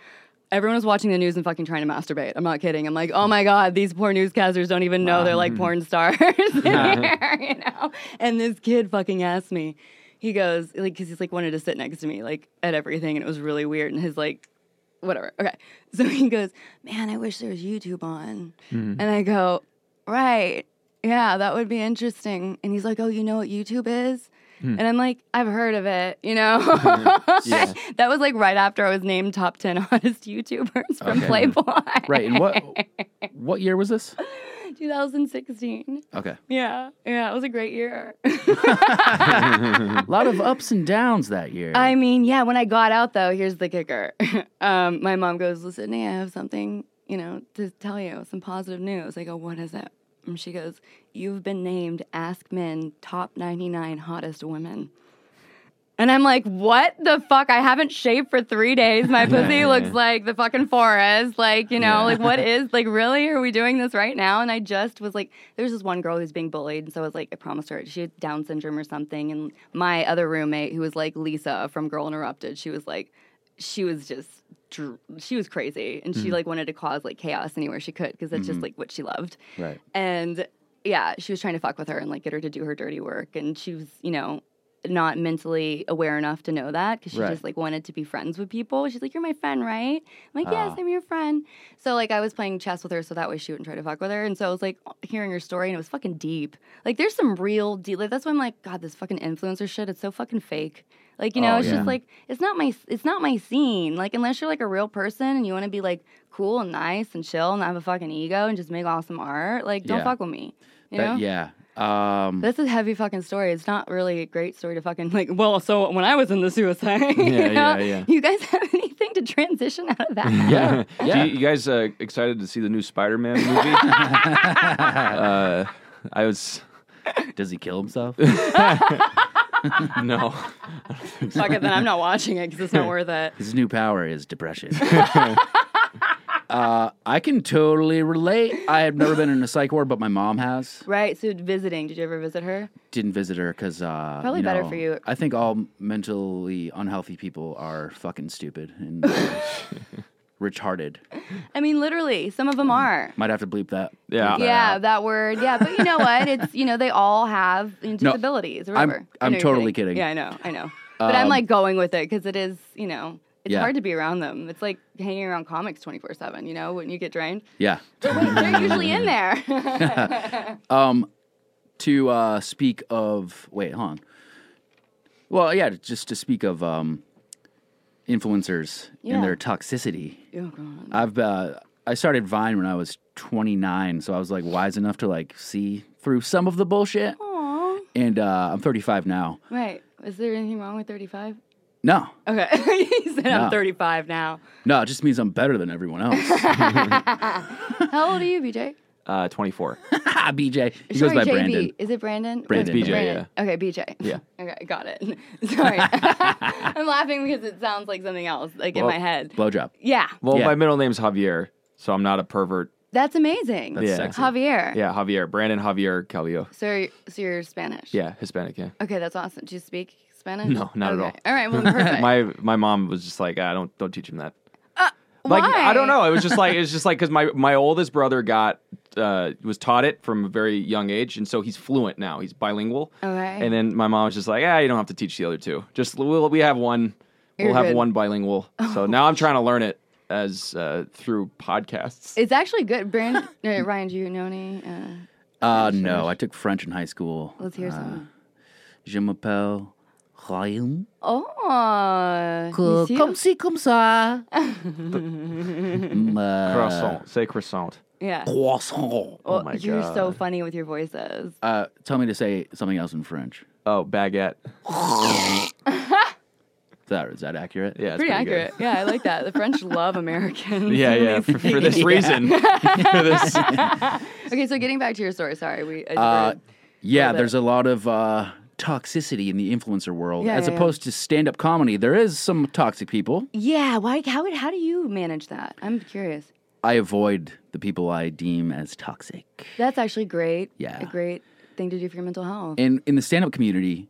Speaker 3: everyone was watching the news and fucking trying to masturbate. I'm not kidding. I'm like, oh my god, these poor newscasters don't even know they're like porn stars in here, you know? And this kid fucking asked me. He goes, like, because he's like wanted to sit next to me, like at everything, and it was really weird. And his like whatever. Okay. So he goes, Man, I wish there was YouTube on. And I go, Right. Yeah, that would be interesting. And he's like, Oh, you know what YouTube is?
Speaker 1: Hmm.
Speaker 3: And I'm like, I've heard of it, you know? that was like right after I was named top 10 hottest YouTubers from
Speaker 1: Okay.
Speaker 3: Playboy.
Speaker 1: Right. And what what year was this?
Speaker 3: 2016.
Speaker 1: Okay.
Speaker 3: Yeah. Yeah. It was a great year.
Speaker 1: A lot of ups and downs that year.
Speaker 3: I mean, yeah, when I got out though, here's the kicker. um, my mom goes, Listen, Nia, I have something, you know, to tell you, some positive news. I go, What is it? And she goes, You've been named Ask Men Top 99 Hottest Women. And I'm like, what the fuck? I haven't shaved for three days. My pussy looks like the fucking forest. Like, you know, like what is like really? Are we doing this right now? And I just was like, there's this one girl who's being bullied, and so I was like, I promised her she had Down syndrome or something. And my other roommate, who was like Lisa from Girl Interrupted, she was like, she was just dr- she was crazy, and she like wanted to cause like chaos anywhere she could because that's just like what she loved.
Speaker 1: right.
Speaker 3: And yeah, she was trying to fuck with her and like get her to do her dirty work. And she was, you know, not mentally aware enough to know that because she
Speaker 1: Right.
Speaker 3: just like wanted to be friends with people. She's like, You're my friend, right? I'm like,
Speaker 1: Ah.
Speaker 3: Yes, I'm your friend. So like I was playing chess with her so that way she wouldn't try to fuck with her. And so I was like hearing her story and it was fucking deep. Like there's some real deep like that's why I'm like, God, this fucking influencer shit, it's so fucking fake. Like, you
Speaker 1: Oh,
Speaker 3: know, it's
Speaker 1: yeah.
Speaker 3: just like it's not my it's not my scene. Like unless you're like a real person and you want to be like cool and nice and chill and not have a fucking ego and just make awesome art, like don't
Speaker 1: Yeah.
Speaker 3: fuck with me. You know?
Speaker 1: That- yeah. Um,
Speaker 3: This is a heavy fucking story. It's not really a great story to fucking like. Well, so when I was in the suicide, you
Speaker 5: Yeah, yeah,
Speaker 3: know,
Speaker 5: yeah.
Speaker 3: You guys have anything to transition out of that?
Speaker 1: yeah.
Speaker 5: Do
Speaker 1: Yeah.
Speaker 5: you, you guys uh, excited to see the new Spider-Man movie? uh, I was
Speaker 1: Does he kill himself?
Speaker 5: no.
Speaker 3: Fuck it, then I'm not watching it because it's not worth it.
Speaker 1: His new power is depression. uh, I can totally relate. I have never been in a psych ward, but my mom has.
Speaker 3: Right. So visiting. Did you ever visit her?
Speaker 1: Didn't visit her because uh,
Speaker 3: Probably
Speaker 1: you
Speaker 3: better
Speaker 1: know,
Speaker 3: for you.
Speaker 1: I think all mentally unhealthy people are fucking stupid and retarded.
Speaker 3: I mean, literally, some of them are.
Speaker 1: Might have to bleep that.
Speaker 5: Yeah.
Speaker 1: bleep that
Speaker 3: Yeah,
Speaker 1: out.
Speaker 3: that word. Yeah, but you know what? It's you know they all have you know,
Speaker 1: No,
Speaker 3: disabilities. or
Speaker 1: I'm-
Speaker 3: whatever. I
Speaker 1: I'm
Speaker 3: know you're
Speaker 1: totally kidding. Um,
Speaker 3: Yeah, I know. I know. But I'm like going with it because it is you know it's
Speaker 1: Yeah.
Speaker 3: hard to be around them. It's like hanging around comics 24 seven. You know when you get drained.
Speaker 1: yeah.
Speaker 3: Wait, they're usually in there. Oh,
Speaker 1: to uh, speak of wait hold on well yeah just to speak of um, influencers
Speaker 3: Yeah.
Speaker 1: and their toxicity
Speaker 3: oh god.
Speaker 1: i've uh, i started vine when i was 29 so i was like wise enough to like see through some of the bullshit
Speaker 3: Aw.
Speaker 1: and uh, i'm 35 now
Speaker 3: Right. Is there anything wrong with 35?
Speaker 1: No,
Speaker 3: Okay. he said,
Speaker 1: No.
Speaker 3: I'm 35 now.
Speaker 1: no, it just means I'm better than everyone else.
Speaker 3: How old are you, BJ?
Speaker 5: Uh, 24.
Speaker 1: ah, BJ. He
Speaker 3: Sorry,
Speaker 1: goes by
Speaker 3: JB.
Speaker 1: Brandon.
Speaker 3: Is it Brandon?
Speaker 1: Brandon.
Speaker 5: It's BJ,
Speaker 3: Yeah. Okay, BJ.
Speaker 5: Yeah.
Speaker 3: Okay, got it. Sorry. I'm laughing because it sounds like something else, like in
Speaker 5: Well-
Speaker 3: my head.
Speaker 1: Blowjob.
Speaker 3: Yeah.
Speaker 5: Well,
Speaker 1: Yeah.
Speaker 5: my middle name's Javier, so I'm not a pervert.
Speaker 3: That's amazing.
Speaker 5: That's Yeah. sexy.
Speaker 3: Javier.
Speaker 5: Yeah, Javier. Brandon Javier Calvillo.
Speaker 3: So, you're, so you're Spanish?
Speaker 5: Yeah, Hispanic, yeah.
Speaker 3: Okay, that's awesome. Do you speak Spanish?
Speaker 5: No, not at
Speaker 3: Okay. All right, well, perfect.
Speaker 5: My my mom was just like, ah, don't don't teach him that. like
Speaker 3: Why?
Speaker 5: I don't know. It was just like it was just like because my my oldest brother got uh, was taught it from a very young age, and so he's fluent now. He's bilingual.
Speaker 3: Okay.
Speaker 5: And then my mom was just like, ah, you don't have to teach the other two. Just we'll we have one. We'll
Speaker 3: You're
Speaker 5: have
Speaker 3: good.
Speaker 5: one bilingual. So now I'm trying to learn it as uh, through podcasts.
Speaker 3: It's actually good. Brand- uh, Ryan, do you know any? Uh,
Speaker 1: Uh, no, I took French in high school. Uh,
Speaker 3: let's
Speaker 5: Uh,
Speaker 3: hear some.
Speaker 1: Je m'appelle Ryan.
Speaker 3: Oh,
Speaker 1: Co-
Speaker 3: you see-
Speaker 1: Comme si, comme ça. Mm, uh,
Speaker 5: croissant. Say croissant.
Speaker 3: yeah.
Speaker 1: Croissant.
Speaker 3: Well,
Speaker 5: Oh my
Speaker 3: you're so
Speaker 5: God.
Speaker 3: funny with your voices.
Speaker 1: Uh, tell me to say something else in French.
Speaker 5: Oh, baguette.
Speaker 1: Is that, is that accurate?
Speaker 5: Yeah, it's
Speaker 3: Pretty,
Speaker 5: good.
Speaker 3: accurate. Yeah, I like that. The French love Americans.
Speaker 5: Yeah, yeah. For, for this reason. for this.
Speaker 3: Okay, so getting back to your story. Sorry, we. I
Speaker 1: Uh,
Speaker 3: diverted.
Speaker 1: yeah,
Speaker 3: bit.
Speaker 1: there's a lot of uh, toxicity in the influencer world.
Speaker 3: Yeah,
Speaker 1: As
Speaker 3: yeah, yeah.
Speaker 1: opposed to stand up comedy, there is some toxic people.
Speaker 3: yeah. Why? How? would- How do you manage that? I'm curious.
Speaker 1: I avoid the people I deem as toxic.
Speaker 3: That's actually great.
Speaker 1: Yeah.
Speaker 3: A great thing to do for your mental health.
Speaker 1: In, in the stand up community,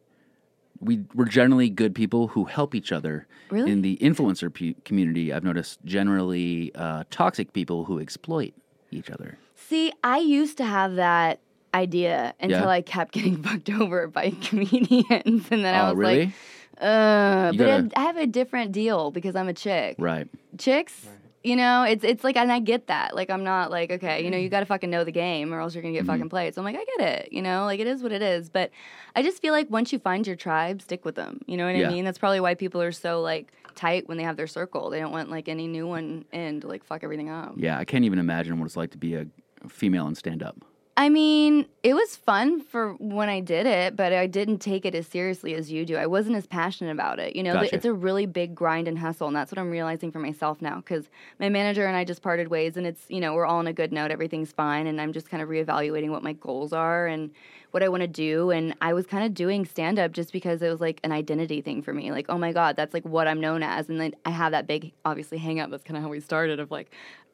Speaker 1: we, we're generally good people who help each other.
Speaker 3: Really?
Speaker 1: In the influencer pu community, I've noticed generally uh, toxic people who exploit each other.
Speaker 3: See, I used to have that idea until
Speaker 1: Yeah.
Speaker 3: I kept getting fucked over by comedians, and then I
Speaker 1: oh,
Speaker 3: was
Speaker 1: really?
Speaker 3: like, uh.
Speaker 1: You
Speaker 3: But I
Speaker 1: gotta-
Speaker 3: I have a different deal because I'm a chick.
Speaker 1: right.
Speaker 3: chicks you know it's it's like and i get that like i'm not like okay you know you
Speaker 1: Mm-hmm.
Speaker 3: gotta fucking know the game or else you're gonna get fucking played so i'm like i get it you know like it is what it is but i just feel like once you find your tribe stick with them you know what
Speaker 1: Yeah.
Speaker 3: i mean that's probably why people are so like tight when they have their circle they don't want like any new one in to like fuck everything up
Speaker 1: Yeah, I can't even imagine what it's like to be a female and stand up.
Speaker 3: i mean it was fun for when i did it but i didn't take it as seriously as you do i wasn't as passionate about it you know
Speaker 1: Gotcha.
Speaker 3: it's a really big grind and hustle and that's what i'm realizing for myself now because my manager and i just parted ways and it's you know we're all on a good note everything's fine and i'm just kind of reevaluating what my goals are and what i want to do and i was kind of doing stand up just because it was like an identity thing for me like oh my god that's like what i'm known as and then i have that big obviously hang up that's kind of how we started of like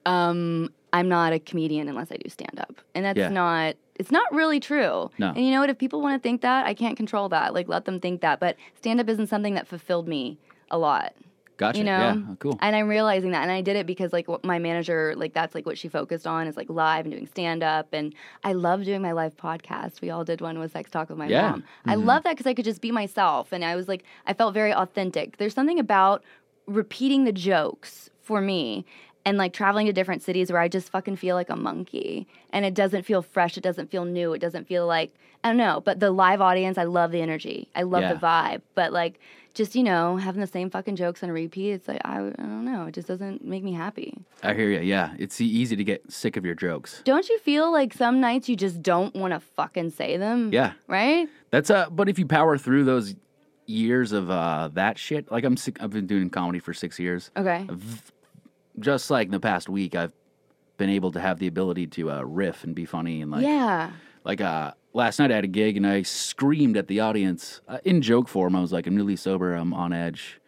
Speaker 3: um i'm not a comedian unless i do stand up and that's
Speaker 1: Yeah.
Speaker 3: not it's not really true
Speaker 1: No.
Speaker 3: and you know what? If people want to think that, I can't control that. Like, let them think that. But stand up isn't something that fulfilled me a lot.
Speaker 1: Gotcha.
Speaker 3: You know?
Speaker 1: Yeah, oh, cool.
Speaker 3: And I'm realizing that. And I did it because, like, what my manager, like, that's like what she focused on is like live and doing stand up. And I love doing my live podcast. We all did one with Sex Talk with my
Speaker 1: Yeah.
Speaker 3: mom. I love that because I could just be myself. And I was like, I felt very authentic. There's something about repeating the jokes for me and like traveling to different cities where I just fucking feel like a monkey and it doesn't feel fresh, it doesn't feel new, it doesn't feel like I don't know, but the live audience, I love the energy. I love the vibe, but like just you know, having the same fucking jokes on repeat, it's like I, I don't know, it just doesn't make me happy.
Speaker 1: I hear you. Yeah, it's e- easy to get sick of your jokes.
Speaker 3: Don't you feel like some nights you just don't want to fucking say them?
Speaker 1: Yeah,
Speaker 3: Right?
Speaker 1: that's uh. But if you power through those years of uh that shit, like I'm, sick, I've been doing comedy for six years.
Speaker 3: Okay.
Speaker 1: Just like in the past week, I've been able to have the ability to uh, riff and be funny and like
Speaker 3: yeah.
Speaker 1: like uh last night I had a gig and I screamed at the audience uh, in joke form. I was like, I'm really sober. I'm on edge.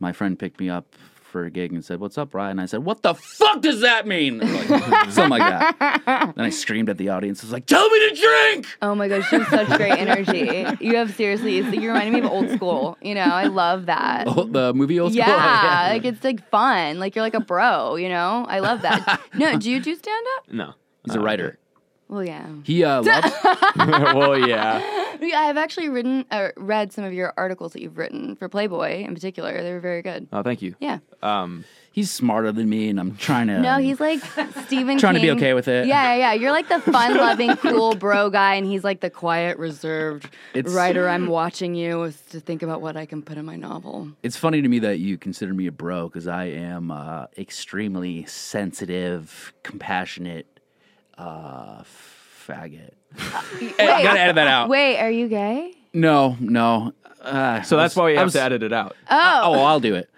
Speaker 1: My friend picked me up for a gig and said, "What's up, Ryan?" And I said, "What the fuck does that mean?" They were like, Something like that. Then I screamed at the audience. I was like, "Tell me to drink."
Speaker 3: Oh my gosh, you have such great energy. You have seriously, it's, you reminded me of old school. You know, I love that.
Speaker 1: Oh, the movie old
Speaker 3: yeah,
Speaker 1: school.
Speaker 3: like it's like fun. Like you're like a bro, you know? I love that. no, do you do stand up?
Speaker 5: No.
Speaker 1: He's a writer.
Speaker 3: Well, yeah.
Speaker 1: He uh, loves.
Speaker 5: well, yeah.
Speaker 3: Yeah, I've actually written, uh, read some of your articles that you've written for Playboy in particular. They were very good.
Speaker 5: Oh, thank you.
Speaker 3: Yeah.
Speaker 5: Um,
Speaker 1: He's smarter than me, and I'm trying to.
Speaker 3: No, he's like Stephen
Speaker 1: Um, Trying to be
Speaker 3: King.
Speaker 1: okay with it.
Speaker 3: Yeah, yeah, yeah. You're like the fun loving, cool bro guy, and he's like the quiet, reserved
Speaker 1: It's-
Speaker 3: writer. I'm watching you is to think about what I can put in my novel.
Speaker 1: It's funny to me that you consider me a bro because I am uh, extremely sensitive, compassionate, uh, faggot.
Speaker 3: Wait,
Speaker 1: Gotta edit that out. Uh,
Speaker 3: wait, are you gay?
Speaker 1: No, no. Uh,
Speaker 5: So that's why we
Speaker 1: I
Speaker 5: have
Speaker 1: was-
Speaker 5: to edit it out.
Speaker 1: Oh, I'll do it.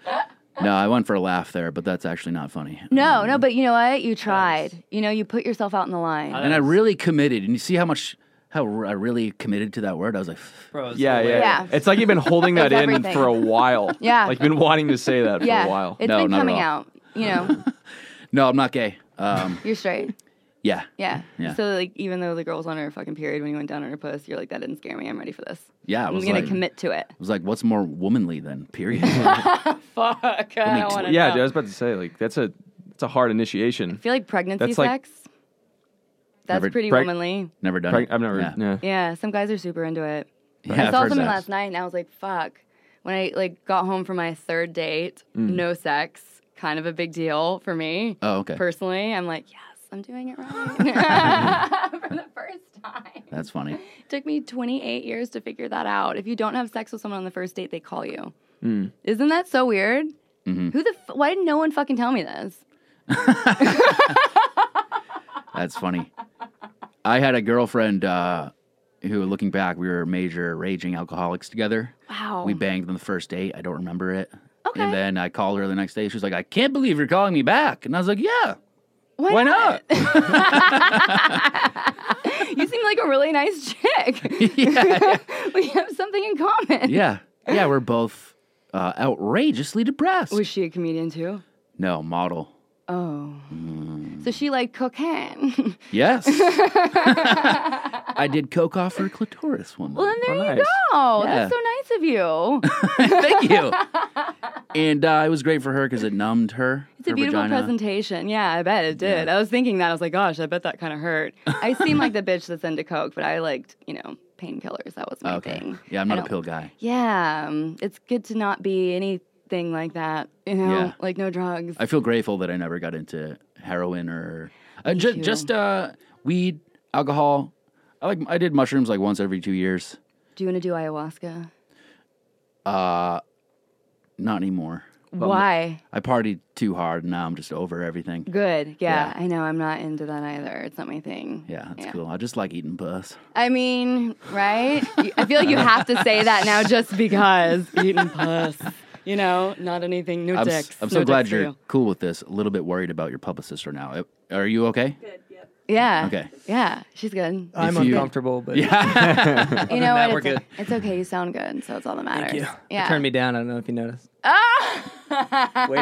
Speaker 1: No, I went for a laugh there, but that's actually not funny.
Speaker 3: No, no, but you know what? You tried. You know, you put yourself out in the line.
Speaker 1: And I really committed, and you see how much how r- I really committed to that word. I was like,
Speaker 4: Bro, it's
Speaker 5: Yeah, yeah,
Speaker 4: hilarious.
Speaker 5: yeah.
Speaker 3: Yeah.
Speaker 5: It's like you've been holding that
Speaker 3: It's
Speaker 5: in
Speaker 3: everything.
Speaker 5: for a while.
Speaker 3: Yeah.
Speaker 5: Like you've been wanting to say that
Speaker 3: yeah,
Speaker 5: for a while.
Speaker 3: it's
Speaker 1: No,
Speaker 3: been
Speaker 1: not at
Speaker 3: coming
Speaker 1: all.
Speaker 3: out. You know,
Speaker 1: no, I'm not gay. Um,
Speaker 3: you're straight.
Speaker 1: yeah,
Speaker 3: Yeah.
Speaker 1: Yeah.
Speaker 3: So like, even though the girl was on her fucking period when you went down on her puss, you're like, that didn't scare me. I'm ready for this.
Speaker 1: yeah. I
Speaker 3: I'm
Speaker 1: was
Speaker 3: gonna
Speaker 1: like,
Speaker 3: commit to it.
Speaker 1: I was like, what's more womanly than period?
Speaker 3: Fuck. I don't want to.
Speaker 5: yeah, dude, I was about to say like that's a it's a hard initiation.
Speaker 3: I feel like pregnancy
Speaker 5: That's like-
Speaker 3: sex. that's
Speaker 1: Never-
Speaker 3: pretty
Speaker 5: preg-
Speaker 3: womanly.
Speaker 1: never done.
Speaker 5: Preg-
Speaker 1: it.
Speaker 5: I've never.
Speaker 1: Yeah,
Speaker 5: Yeah.
Speaker 3: Yeah, some guys are super into it.
Speaker 1: Yeah,
Speaker 3: I
Speaker 1: I've
Speaker 3: saw
Speaker 1: heard
Speaker 3: something
Speaker 1: that.
Speaker 3: last night and I was like, fuck. When I like got home from my third date,
Speaker 1: Mm.
Speaker 3: no sex, kind of a big deal for me.
Speaker 1: Oh, okay.
Speaker 3: Personally, I'm like, yes, I'm doing it right. for the first time.
Speaker 1: That's funny.
Speaker 3: took me 28 years to figure that out. If you don't have sex with someone on the first date, they call you.
Speaker 1: Hmm.
Speaker 3: Isn't that so weird?
Speaker 1: Mm-hmm.
Speaker 3: Who the f- why did no one fucking tell me this?
Speaker 1: That's funny. I had a girlfriend uh, who, looking back, we were major raging alcoholics together.
Speaker 3: Wow.
Speaker 1: We banged on the first date. I don't remember it.
Speaker 3: Oh. Okay.
Speaker 1: And then I called her the next day. She was like, I can't believe you're calling me back. And I was like, yeah,
Speaker 3: why
Speaker 1: why not?
Speaker 3: you seem like a really nice chick.
Speaker 1: yeah.
Speaker 3: we have something in common.
Speaker 1: Yeah. Yeah. We're both uh, outrageously depressed.
Speaker 3: Was Oh, she a comedian too?
Speaker 1: no, model.
Speaker 3: Oh.
Speaker 1: Hmm.
Speaker 3: So she liked cocaine.
Speaker 1: Yes. I did coke off her clitoris one
Speaker 3: well,
Speaker 1: night.
Speaker 3: then there
Speaker 5: Oh,
Speaker 3: you
Speaker 5: nice.
Speaker 1: Yeah.
Speaker 3: go. That's so nice
Speaker 1: Thank
Speaker 3: of you.
Speaker 1: you. And uh, it was great for her because it numbed her.
Speaker 3: It's a beautiful presentation. Yeah, I bet it did. I was thinking that. I was like, gosh, I bet that kind of hurt. I seem like the bitch that's into coke, but I liked, you know, painkillers. That was my
Speaker 1: Okay.
Speaker 3: thing.
Speaker 1: Yeah, I'm
Speaker 3: I
Speaker 1: not a
Speaker 3: don't-
Speaker 1: pill guy.
Speaker 3: Yeah, um, it's good to not be anything like that. You know,
Speaker 1: Yeah.
Speaker 3: like no drugs.
Speaker 1: I feel grateful that I never got into heroin or uh, ju-
Speaker 3: too.
Speaker 1: just uh, weed, alcohol. I like I did mushrooms like once every two years.
Speaker 3: do you want to do ayahuasca?
Speaker 1: Not anymore.
Speaker 3: Why?
Speaker 1: I partied too hard, and now I'm just over everything.
Speaker 3: Good. Yeah,
Speaker 1: Yeah.
Speaker 3: I know. I'm not into that either. It's not my thing.
Speaker 1: Yeah, that's cool. I just like eating puss.
Speaker 3: I mean, right? You- I feel like you have to say that now just because. Eating puss. You know, not anything. No
Speaker 1: I'm, s-
Speaker 3: dicks.
Speaker 1: I'm
Speaker 3: no
Speaker 1: so
Speaker 3: dicks
Speaker 1: glad
Speaker 3: for
Speaker 1: you're
Speaker 3: you.
Speaker 1: cool with this. A little bit worried about your publicist right now. Uh, Are you okay?
Speaker 3: Yeah.
Speaker 1: Okay.
Speaker 3: Yeah, she's good.
Speaker 1: I'm
Speaker 4: I'm
Speaker 1: If you-
Speaker 4: uncomfortable, but
Speaker 3: you know
Speaker 4: that,
Speaker 3: what?
Speaker 4: we're
Speaker 3: it's,
Speaker 4: good.
Speaker 3: it's okay. You sound good, so it's all that matters.
Speaker 4: thank you.
Speaker 3: Yeah. Ah!
Speaker 4: Turn me down. I don't know if you noticed. Way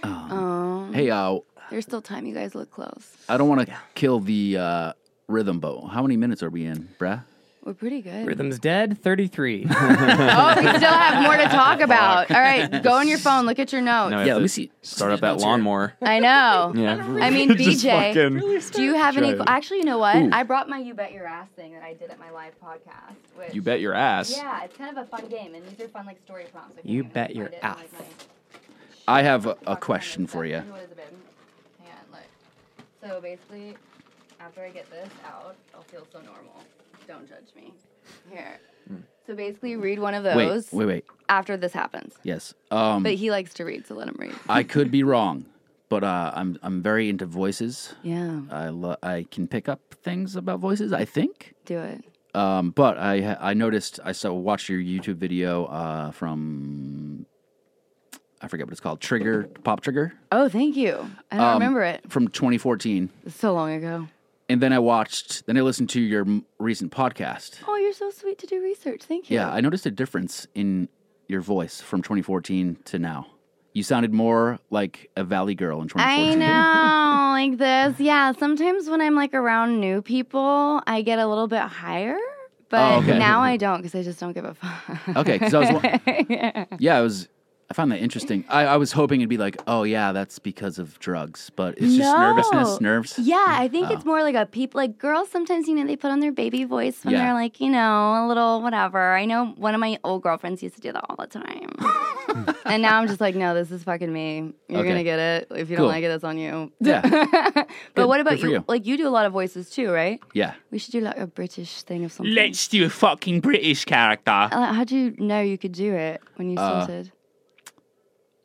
Speaker 4: down.
Speaker 1: Hey, uh,
Speaker 3: There's still time. You guys look close.
Speaker 1: I don't want to kill the uh, rhythm, but how many minutes are we in, bruh?
Speaker 3: We're pretty good.
Speaker 4: Rhythm's dead. Thirty-three.
Speaker 3: Oh, we still have more to talk about. All right, go on your phone. Look at your notes.
Speaker 5: Now I
Speaker 1: Yeah,
Speaker 5: have
Speaker 1: let me
Speaker 5: to
Speaker 1: see.
Speaker 5: Start up that lawnmower.
Speaker 3: I know.
Speaker 5: Yeah.
Speaker 3: I mean,
Speaker 5: Just
Speaker 3: BJ,
Speaker 5: fucking-
Speaker 3: do you have any?
Speaker 5: Try it.
Speaker 3: Actually, you know what? I brought my "You Bet Your Ass" thing that I did at my live podcast. Which,
Speaker 5: You bet your ass.
Speaker 3: Yeah, it's kind of a fun game, and these are fun like story prompts. Like,
Speaker 4: You
Speaker 3: I'm gonna
Speaker 4: bet
Speaker 3: find
Speaker 4: your
Speaker 3: it in, like,
Speaker 4: ass.
Speaker 3: my-
Speaker 1: I have a,
Speaker 3: talk
Speaker 1: a
Speaker 3: about
Speaker 1: question
Speaker 3: this
Speaker 1: for you.
Speaker 3: stuff. What is it, babe? Hang on, look. So basically, after I get this out, I'll feel so normal. Don't judge me. Here. So basically, read one of
Speaker 1: Wait,
Speaker 3: those
Speaker 1: wait, wait.
Speaker 3: after this happens.
Speaker 1: Yes. Um,
Speaker 3: But he likes to read, so let him read.
Speaker 1: I could be wrong, but uh, I'm I'm very into voices.
Speaker 3: Yeah,
Speaker 1: I lo- I can pick up things about voices. I think.
Speaker 3: do it.
Speaker 1: Um, but I ha- I noticed I saw watched your YouTube video uh, from I forget what it's called Trigger Pop Trigger
Speaker 3: Oh, thank you. I
Speaker 1: Um,
Speaker 3: don't remember it.
Speaker 1: from 2014,
Speaker 3: It's so long ago.
Speaker 1: and then I watched then I listened to your m- recent podcast.
Speaker 3: Oh, you're so sweet to do research. Thank you.
Speaker 1: Yeah, I noticed a difference in your voice from 2014 to now. You sounded more like a Valley girl in
Speaker 3: I
Speaker 1: 2014.
Speaker 3: know, like this. Yeah, sometimes when I'm like around new people, I get a little bit higher, but
Speaker 1: Oh, okay.
Speaker 3: now I don't because I just don't give a fuck.
Speaker 1: Okay, because I was, wa- yeah, I was. I found that interesting. I, I was hoping it'd be like, oh yeah, that's because of drugs, but it's just nervousness,
Speaker 3: No.
Speaker 1: nerves.
Speaker 3: Yeah, I think it's more like a peep. Like girls, sometimes you know they put on their baby voice when
Speaker 1: Yeah.
Speaker 3: they're like, you know, a little whatever. I know one of my old girlfriends used to do that all the time, and now I'm just like, no, this is fucking me. You're
Speaker 1: Okay.
Speaker 3: gonna get it. If you
Speaker 1: Cool.
Speaker 3: don't like it, that's on you.
Speaker 1: Yeah,
Speaker 3: but what about
Speaker 1: good for
Speaker 3: you?
Speaker 1: you.
Speaker 3: Like you do a lot of voices too, right?
Speaker 1: yeah.
Speaker 3: We should do like a British thing of something.
Speaker 1: do a fucking British character. Uh,
Speaker 3: Uh, How'd you know you could do it when you started?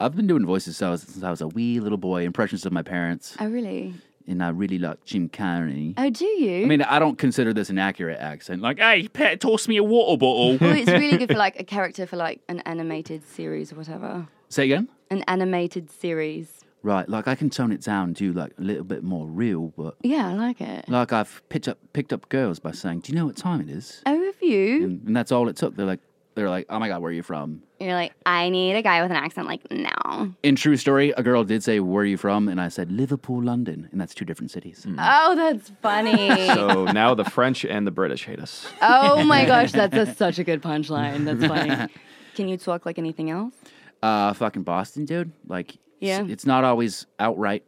Speaker 1: I've been doing voices since I was, since I was a wee little boy. Impressions of my parents.
Speaker 3: oh, really?
Speaker 1: and I really like Jim Carrey.
Speaker 3: Oh, do you?
Speaker 1: I mean, I don't consider this an accurate accent. Like, hey, Pet, toss me a water bottle.
Speaker 3: well, it's really good for like a character for like an animated series or whatever.
Speaker 1: Say again?
Speaker 3: An animated series.
Speaker 1: Right, like I can tone it down to like a little bit more real, but
Speaker 3: Yeah, I like it.
Speaker 1: like I've picked up picked up girls by saying, "Do you know what time it is?"
Speaker 3: Oh, have you?
Speaker 1: And, and that's all it took. They're like, they're like, "Oh my god, where are you from?"
Speaker 3: You're like, I need a guy with an accent. Like, no.
Speaker 1: In true story, a girl did say, "Where are you from?" and I said, "Liverpool, London," and that's two different cities.
Speaker 3: Oh, that's funny.
Speaker 5: So now the French and the British hate us.
Speaker 3: oh my gosh, that's a, such a good punchline. That's funny. Can you talk like anything else?
Speaker 1: Uh, fucking Boston, dude. Like,
Speaker 3: Yeah.
Speaker 1: it's, it's not always outright.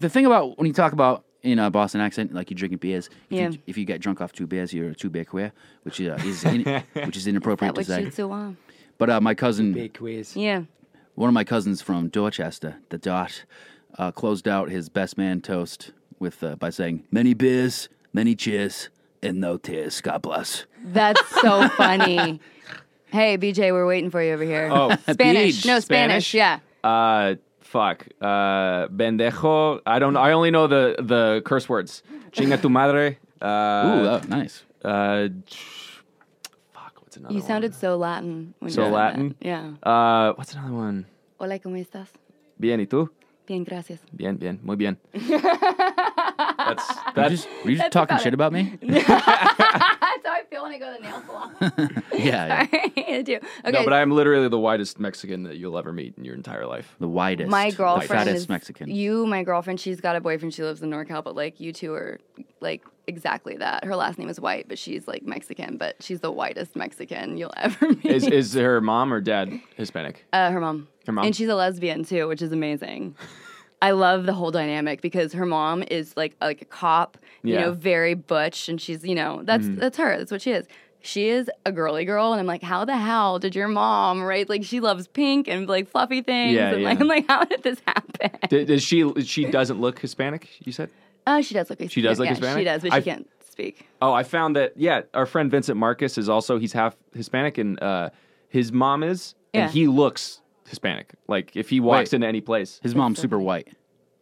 Speaker 1: The thing about when you talk about in a Boston accent, like you're drinking beers. If,
Speaker 3: Yeah.
Speaker 1: you, if you get drunk off two beers, you're a two beer queer, which uh, is in, which is inappropriate
Speaker 3: That what
Speaker 1: to say.
Speaker 3: you two are.
Speaker 1: But uh, my cousin,
Speaker 6: Big quiz.
Speaker 3: Yeah.
Speaker 1: One of my cousins from Dorchester, the Dot, uh, closed out his best man toast with uh, by saying, "Many beers, many cheers, and no tears. God bless."
Speaker 3: That's so funny. Hey, BJ, we're waiting for you over here.
Speaker 5: Oh,
Speaker 3: Spanish.
Speaker 1: Beej.
Speaker 3: No, Spanish.
Speaker 5: Spanish?
Speaker 3: Yeah.
Speaker 5: Uh, fuck. Uh, bendejo. I don't. I only know the the curse words. Chinga tu madre.
Speaker 1: Ooh,
Speaker 5: Uh,
Speaker 1: oh, nice.
Speaker 5: uh, fuck. What's another?
Speaker 3: You
Speaker 5: one?
Speaker 3: sounded so Latin. When
Speaker 5: So
Speaker 3: you said that.
Speaker 5: Latin?
Speaker 3: Yeah.
Speaker 5: Uh, what's another one?
Speaker 3: Hola, ¿cómo estás?
Speaker 5: Bien y tú?
Speaker 3: Bien, gracias.
Speaker 5: Bien, bien, muy bien. that's
Speaker 1: Were you
Speaker 5: that's
Speaker 1: just, were you just talking shit about me?
Speaker 3: That's how I feel when I go to the nail salon.
Speaker 1: yeah, yeah,
Speaker 3: I do. Okay.
Speaker 5: no. But I'm literally the widest Mexican that you'll ever meet in your entire life.
Speaker 1: the widest,
Speaker 3: my girlfriend
Speaker 1: fattest
Speaker 3: is-
Speaker 1: Mexican.
Speaker 3: You, my girlfriend, she's got a boyfriend. She lives in NorCal, but like you two are like exactly that. Her last name is White, but she's like Mexican, but she's the whitest Mexican you'll ever meet.
Speaker 5: Is is her mom or dad Hispanic?
Speaker 3: uh, her mom.
Speaker 5: Her mom.
Speaker 3: And she's a lesbian too, which is amazing. I love the whole dynamic because her mom is like like a cop, you
Speaker 5: Yeah. Mm-hmm.
Speaker 3: know, very butch, and she's you know that's that's her, that's what she is. She is a girly girl, and I'm like, how the hell did your mom, right? Like she loves pink and like fluffy things,
Speaker 5: Yeah,
Speaker 3: and
Speaker 5: yeah.
Speaker 3: like I'm like, how did this happen?
Speaker 5: D- Does she she doesn't look Hispanic? You said.
Speaker 3: Uh, she does look Hispanic.
Speaker 5: She does look
Speaker 3: yeah, She
Speaker 5: Hispanic?
Speaker 3: does, but
Speaker 5: I-
Speaker 3: she can't speak.
Speaker 5: Oh, I found that. Yeah, our friend Vincent Marcus is also he's half Hispanic, and uh, his mom is,
Speaker 3: Yeah.
Speaker 5: and he looks Hispanic. Like if he walks
Speaker 1: Wait.
Speaker 5: into any place.
Speaker 1: his mom's super white.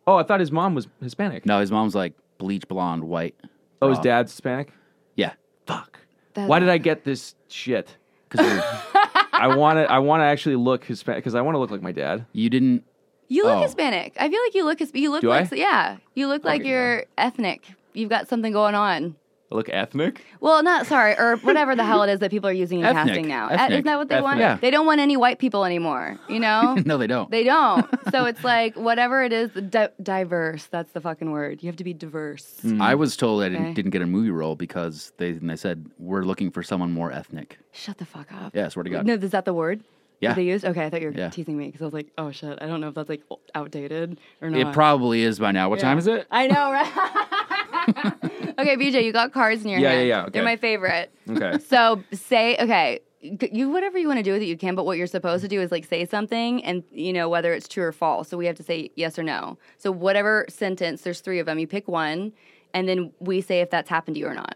Speaker 5: Oh, I thought his mom was Hispanic.
Speaker 1: No, his mom's like bleach blonde white.
Speaker 5: Oh, his dad's Hispanic.
Speaker 1: Yeah,
Speaker 5: Fuck.
Speaker 3: That's-
Speaker 5: Why did I get this shit?
Speaker 1: because
Speaker 5: I want to. I want to actually look Hispanic because I want to look like my dad.
Speaker 1: you didn't.
Speaker 3: You look
Speaker 1: Oh.
Speaker 3: Hispanic. I feel like you look. Hisp- You look
Speaker 5: Do
Speaker 3: like
Speaker 5: I?
Speaker 3: yeah. You look like
Speaker 5: Okay.
Speaker 3: you're ethnic. You've got something going on.
Speaker 5: I look ethnic.
Speaker 3: Well, not sorry, or whatever the hell it is that people are using in
Speaker 1: Ethnic.
Speaker 3: casting now. E-
Speaker 1: Ethnic.
Speaker 3: Isn't that what they want?
Speaker 5: Ethnic.
Speaker 3: They don't want any white people anymore. You know,
Speaker 1: No, they don't.
Speaker 3: they don't. So it's like whatever it is, di- diverse. That's the fucking word. You have to be diverse.
Speaker 1: I was told I
Speaker 3: Okay.
Speaker 1: didn't, didn't get a movie role because they and they said we're looking for someone more ethnic.
Speaker 3: Shut the fuck up.
Speaker 1: Yeah, I swear to God.
Speaker 3: No, is that the word?
Speaker 1: Yeah.
Speaker 3: That they used. Okay, I thought you were
Speaker 1: Yeah.
Speaker 3: teasing me because I was like, oh shit, I don't know if that's like outdated or not.
Speaker 1: It probably is by now. What time is it?
Speaker 3: I know, right? okay, BJ, you got cards in your
Speaker 5: Yeah, yeah,
Speaker 3: hand.
Speaker 5: yeah, okay.
Speaker 3: They're my favorite.
Speaker 5: Okay.
Speaker 3: So say, okay, g- you whatever you want to do with it, you can. But what you're supposed to do is like say something, and you know whether it's true or false. So we have to say yes or no. So whatever sentence, there's three of them. You pick one, and then we say if that's happened to you or not.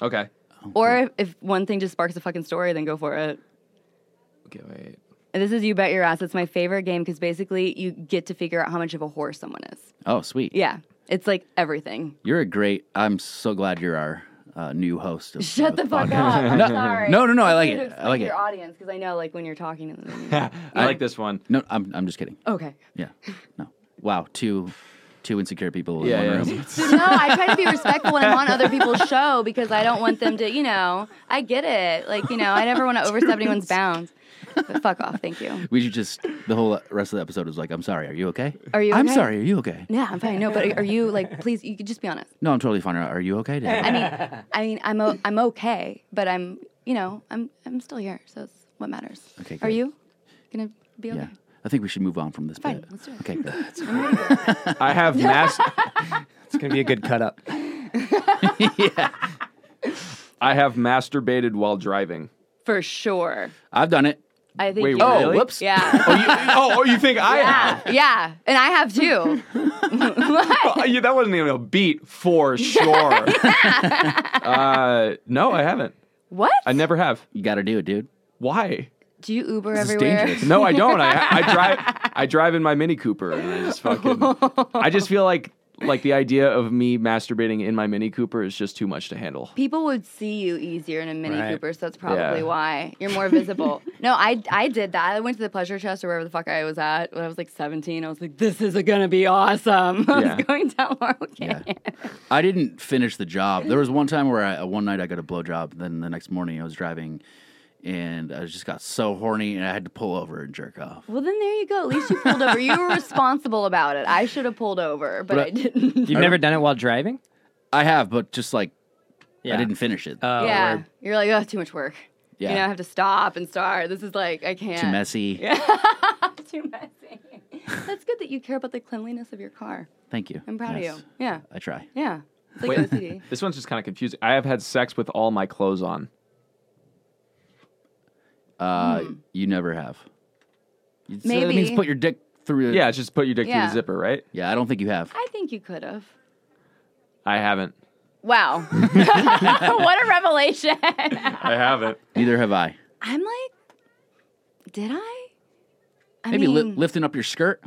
Speaker 5: Okay.
Speaker 3: Or if, if one thing just sparks a fucking story, then go for it.
Speaker 5: Okay. Wait.
Speaker 3: And This is You Bet Your Ass. It's my favorite game because basically you get to figure out how much of a whore someone is.
Speaker 1: Oh, sweet.
Speaker 3: Yeah, it's like everything.
Speaker 1: You're a great. I'm so glad you're our uh, new host. Of,
Speaker 3: Shut
Speaker 1: of
Speaker 3: the fuck
Speaker 1: podcast.
Speaker 3: up. I'm
Speaker 1: No,
Speaker 3: sorry.
Speaker 1: no, no, no, I like
Speaker 3: You
Speaker 1: it.
Speaker 3: have
Speaker 1: I
Speaker 3: to explain
Speaker 1: like
Speaker 3: to
Speaker 1: it.
Speaker 3: your audience because I know, like, when you're talking to them.
Speaker 5: I like this one.
Speaker 1: No, I'm, I'm just kidding.
Speaker 3: okay.
Speaker 1: Yeah. No. Wow. Two, two insecure people in
Speaker 5: Yeah,
Speaker 1: one
Speaker 5: yeah.
Speaker 1: room.
Speaker 3: So, no, I try to be respectful when I'm on other people's show because I don't want them to, you know, I get it. Like, you know, I never want to overstep anyone's bounds. But fuck off. Thank you.
Speaker 1: We should just the whole rest of the episode was like, I'm sorry. Are you okay?
Speaker 3: Are you
Speaker 1: I'm
Speaker 3: okay?
Speaker 1: sorry. Are you okay?
Speaker 3: Yeah, I'm fine. No, but are you, like, please, you could just be honest.
Speaker 1: No, I'm totally fine. Are you okay? Dad?
Speaker 3: I mean, I mean, I'm, o- I'm okay, but I'm, you know, I'm, I'm still here. So it's what matters.
Speaker 1: Okay,
Speaker 3: Are
Speaker 1: great.
Speaker 3: you going to be okay?
Speaker 1: yeah. I think we should move on from this
Speaker 3: Fine,
Speaker 1: bit.
Speaker 3: let's do it.
Speaker 1: Okay. good.
Speaker 5: I have mas-
Speaker 6: It's gonna be a good cut up.
Speaker 5: I have masturbated while driving.
Speaker 3: For sure.
Speaker 1: I've done it.
Speaker 3: I think
Speaker 5: Wait,
Speaker 3: you
Speaker 5: Oh,
Speaker 1: Oh,
Speaker 5: really?
Speaker 1: whoops.
Speaker 3: Yeah.
Speaker 5: Oh, you, oh, oh, you think I have?
Speaker 3: yeah. Yeah. And I have too.
Speaker 5: Oh, yeah, that wasn't even a beat for sure. uh, no, I haven't.
Speaker 3: What?
Speaker 5: I never have.
Speaker 1: You got to do it, dude.
Speaker 5: Why?
Speaker 3: Do you Uber
Speaker 1: is
Speaker 3: everywhere?
Speaker 1: dangerous.
Speaker 5: No, I don't. I, I drive. I drive in my Mini Cooper, and I just fucking. I just feel like like the idea of me masturbating in my Mini Cooper is just too much to handle.
Speaker 3: People would see you easier in a Mini
Speaker 6: Right.
Speaker 3: Cooper, so that's probably
Speaker 5: Yeah.
Speaker 3: why you're more visible. no, I I did that. I went to the pleasure chest or wherever the fuck I was at when I was like 17. I was like, this is gonna be awesome. I
Speaker 5: Yeah.
Speaker 3: was going down Laurel Canyon.
Speaker 1: I didn't finish the job. There was one time where I, uh, one night I got a blowjob. Then the next morning I was driving, and I just got so horny, and I had to pull over and jerk off.
Speaker 3: Well, then there you go. At least you pulled over. You were responsible about it. I should have pulled over, but,
Speaker 1: But I-
Speaker 3: I didn't.
Speaker 4: You've never done it while driving?
Speaker 1: I have, but just like
Speaker 4: Yeah.
Speaker 1: I didn't finish it.
Speaker 4: Oh,
Speaker 3: yeah,
Speaker 4: word.
Speaker 3: you're like, oh, too much work.
Speaker 1: yeah,
Speaker 3: You know, I have to stop and start. This is like, I can't.
Speaker 1: too messy.
Speaker 3: too messy. That's good that you care about the cleanliness of your car.
Speaker 1: Thank you.
Speaker 3: I'm proud
Speaker 1: Yes.
Speaker 3: of you. Yeah,
Speaker 1: I try.
Speaker 3: yeah. It's like
Speaker 5: Wait.
Speaker 3: OCD.
Speaker 5: This one's just kind of confusing. I have had sex with all my clothes on.
Speaker 1: Uh, You never have. You- so that means
Speaker 3: Hmm. Maybe.
Speaker 1: put your dick through. the-
Speaker 5: Yeah, it's just put your dick through
Speaker 3: Yeah.
Speaker 5: the zipper, right?
Speaker 1: yeah. I don't think you have.
Speaker 3: I think you could have.
Speaker 5: I haven't.
Speaker 3: Wow. what a revelation.
Speaker 5: I haven't.
Speaker 1: Neither have I.
Speaker 3: I'm like, did I? I
Speaker 1: Maybe li-
Speaker 3: mean,
Speaker 1: lifting up your skirt,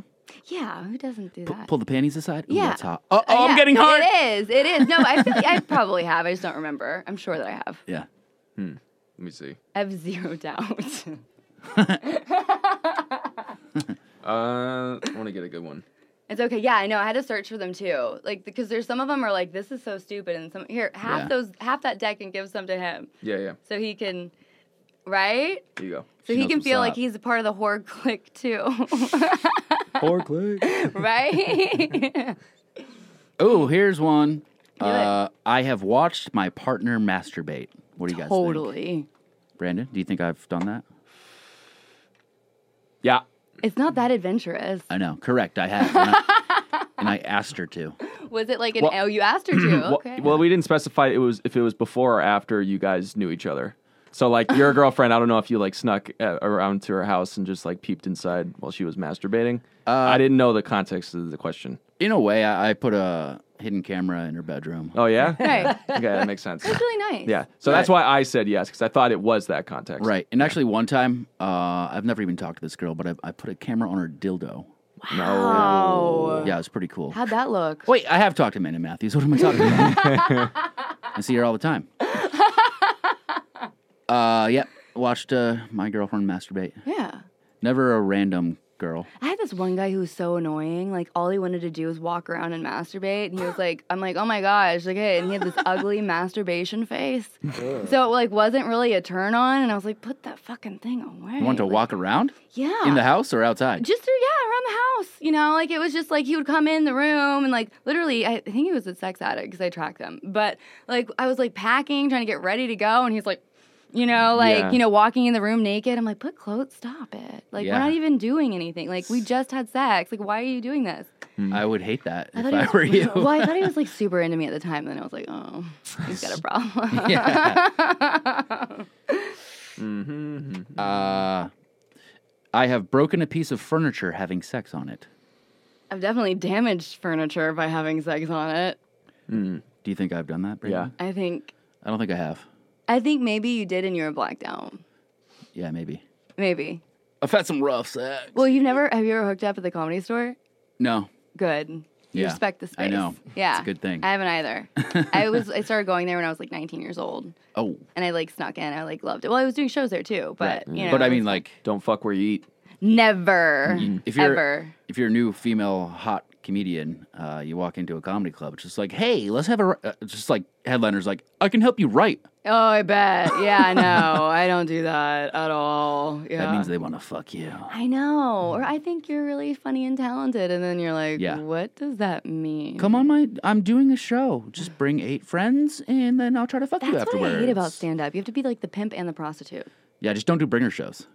Speaker 3: yeah, who doesn't do
Speaker 1: pu-
Speaker 3: that?
Speaker 1: pull the panties aside. Ooh,
Speaker 3: Yeah.
Speaker 1: that's hot. Oh, oh,
Speaker 3: Yeah,
Speaker 1: I'm getting hard.
Speaker 3: It is. It is. No, I feel I probably have. I just don't remember. I'm sure that I have.
Speaker 1: Yeah.
Speaker 5: Let me see.
Speaker 3: I have zero doubt.
Speaker 5: Uh, I want to get a good one.
Speaker 3: It's okay. Yeah, I know. I had to search for them too. Like because there's some of them are like this is so stupid and some here half
Speaker 1: Yeah.
Speaker 3: those half that deck and give some to him
Speaker 5: Yeah, yeah.
Speaker 3: so he can right?
Speaker 5: Here you go.
Speaker 3: So
Speaker 1: She
Speaker 3: he
Speaker 1: knows
Speaker 3: can
Speaker 1: what's
Speaker 3: feel like
Speaker 1: up.
Speaker 3: he's a part of the whore clique too.
Speaker 6: Or click.
Speaker 3: right?
Speaker 1: Oh, here's one.
Speaker 3: it.
Speaker 1: Uh, I have watched my partner masturbate. What do you guys think?
Speaker 3: totally.
Speaker 1: Brandon, do you think I've done that?
Speaker 5: Yeah.
Speaker 3: It's not that adventurous.
Speaker 1: I know. Correct. I have. And I, and I asked her to.
Speaker 3: Was it like an
Speaker 5: Well-
Speaker 3: oh you asked her to?
Speaker 5: Well,
Speaker 3: Okay.
Speaker 5: well, we didn't specify it was if it was before or after you guys knew each other. So like your girlfriend, I don't know if you like snuck uh, around to her house and just like peeped inside while she was masturbating.
Speaker 1: Uh,
Speaker 5: I didn't know the context of the question.
Speaker 1: In a way, I, I put a hidden camera in her bedroom.
Speaker 5: Oh yeah.
Speaker 3: right.
Speaker 5: okay, that makes sense.
Speaker 3: It's really nice.
Speaker 5: Yeah. So that's why I said yes because I thought it was that context.
Speaker 1: Right. And actually, one time, uh, I've never even talked to this girl, but I, I put a camera on her dildo.
Speaker 3: Oh.
Speaker 1: Yeah, it was pretty cool.
Speaker 3: How'd that look?
Speaker 1: Wait, I have talked to Amanda Matthews. What am I talking about? I see her all the time. Uh, yep. Watched uh, my girlfriend masturbate.
Speaker 3: Yeah.
Speaker 1: Never a random girl.
Speaker 3: I had this one guy who was so annoying. Like all he wanted to do was walk around and masturbate, and he was like, "I'm like, oh my gosh, like," hey," and he had this ugly masturbation face. so it like wasn't really a turn on, and I was like, "Put that fucking thing away."
Speaker 1: You want to
Speaker 3: Like,
Speaker 1: walk around
Speaker 3: Yeah.
Speaker 1: in the house or outside?
Speaker 3: Just through, yeah, around the house. You know, like it was just like he would come in the room and like literally, I think he was a sex addict because I tracked him. But like I was like packing, trying to get ready to go, and he's like, you know, like
Speaker 5: Yeah.
Speaker 3: you know, walking in the room naked. I'm like, put clothes, stop it. Like
Speaker 1: Yeah.
Speaker 3: we're not even doing anything. Like we just had sex. Like why are you doing this?
Speaker 1: I would hate that if
Speaker 3: thought
Speaker 1: Hmm. I
Speaker 3: he was-
Speaker 1: were you.
Speaker 3: Well, I thought he was like super into me at the time, and then I was like, oh, he's got a problem.
Speaker 1: yeah. Uh, I have broken a piece of furniture having sex on it.
Speaker 3: I've definitely damaged furniture by having sex on it.
Speaker 1: Do you think I've done that? Brandon?
Speaker 3: I think,
Speaker 1: I don't think I have.
Speaker 3: I think maybe you did, and you were blacked out.
Speaker 1: Yeah, maybe.
Speaker 3: Maybe.
Speaker 1: I've had some rough sex.
Speaker 3: Well, you've never have you ever hooked up at the comedy store?
Speaker 1: No.
Speaker 3: Good. You
Speaker 1: Yeah.
Speaker 3: respect the space.
Speaker 1: I know.
Speaker 3: Yeah.
Speaker 1: It's a good thing.
Speaker 3: I haven't either. I was I started going there when I was like 19 years old,
Speaker 1: Oh,
Speaker 3: and I like snuck in. I like loved it. Well, I was doing shows there too, but
Speaker 1: right.
Speaker 3: you know.
Speaker 1: but I
Speaker 3: it
Speaker 1: mean,
Speaker 3: was-
Speaker 1: like,
Speaker 5: Don't fuck where you eat.
Speaker 3: never.
Speaker 1: if you're
Speaker 3: ever.
Speaker 1: if you're a new female hot comedian, uh, you walk into a comedy club, it's just like, hey, let's have a uh, just like headliners like, I can help you write.
Speaker 3: Oh, I bet. Yeah, no, I don't do that at all. Yeah.
Speaker 1: That means they want to fuck you.
Speaker 3: I know. Or I think you're really funny and talented, and then you're like,
Speaker 1: Yeah.
Speaker 3: what does that mean?
Speaker 1: Come on, my I'm doing a show. Just bring eight friends, and then I'll try to fuck
Speaker 3: Mm. That's
Speaker 1: you
Speaker 3: what
Speaker 1: afterwards.
Speaker 3: I hate about stand up. You have to be like the pimp and the prostitute.
Speaker 1: yeah, just don't do bringer shows.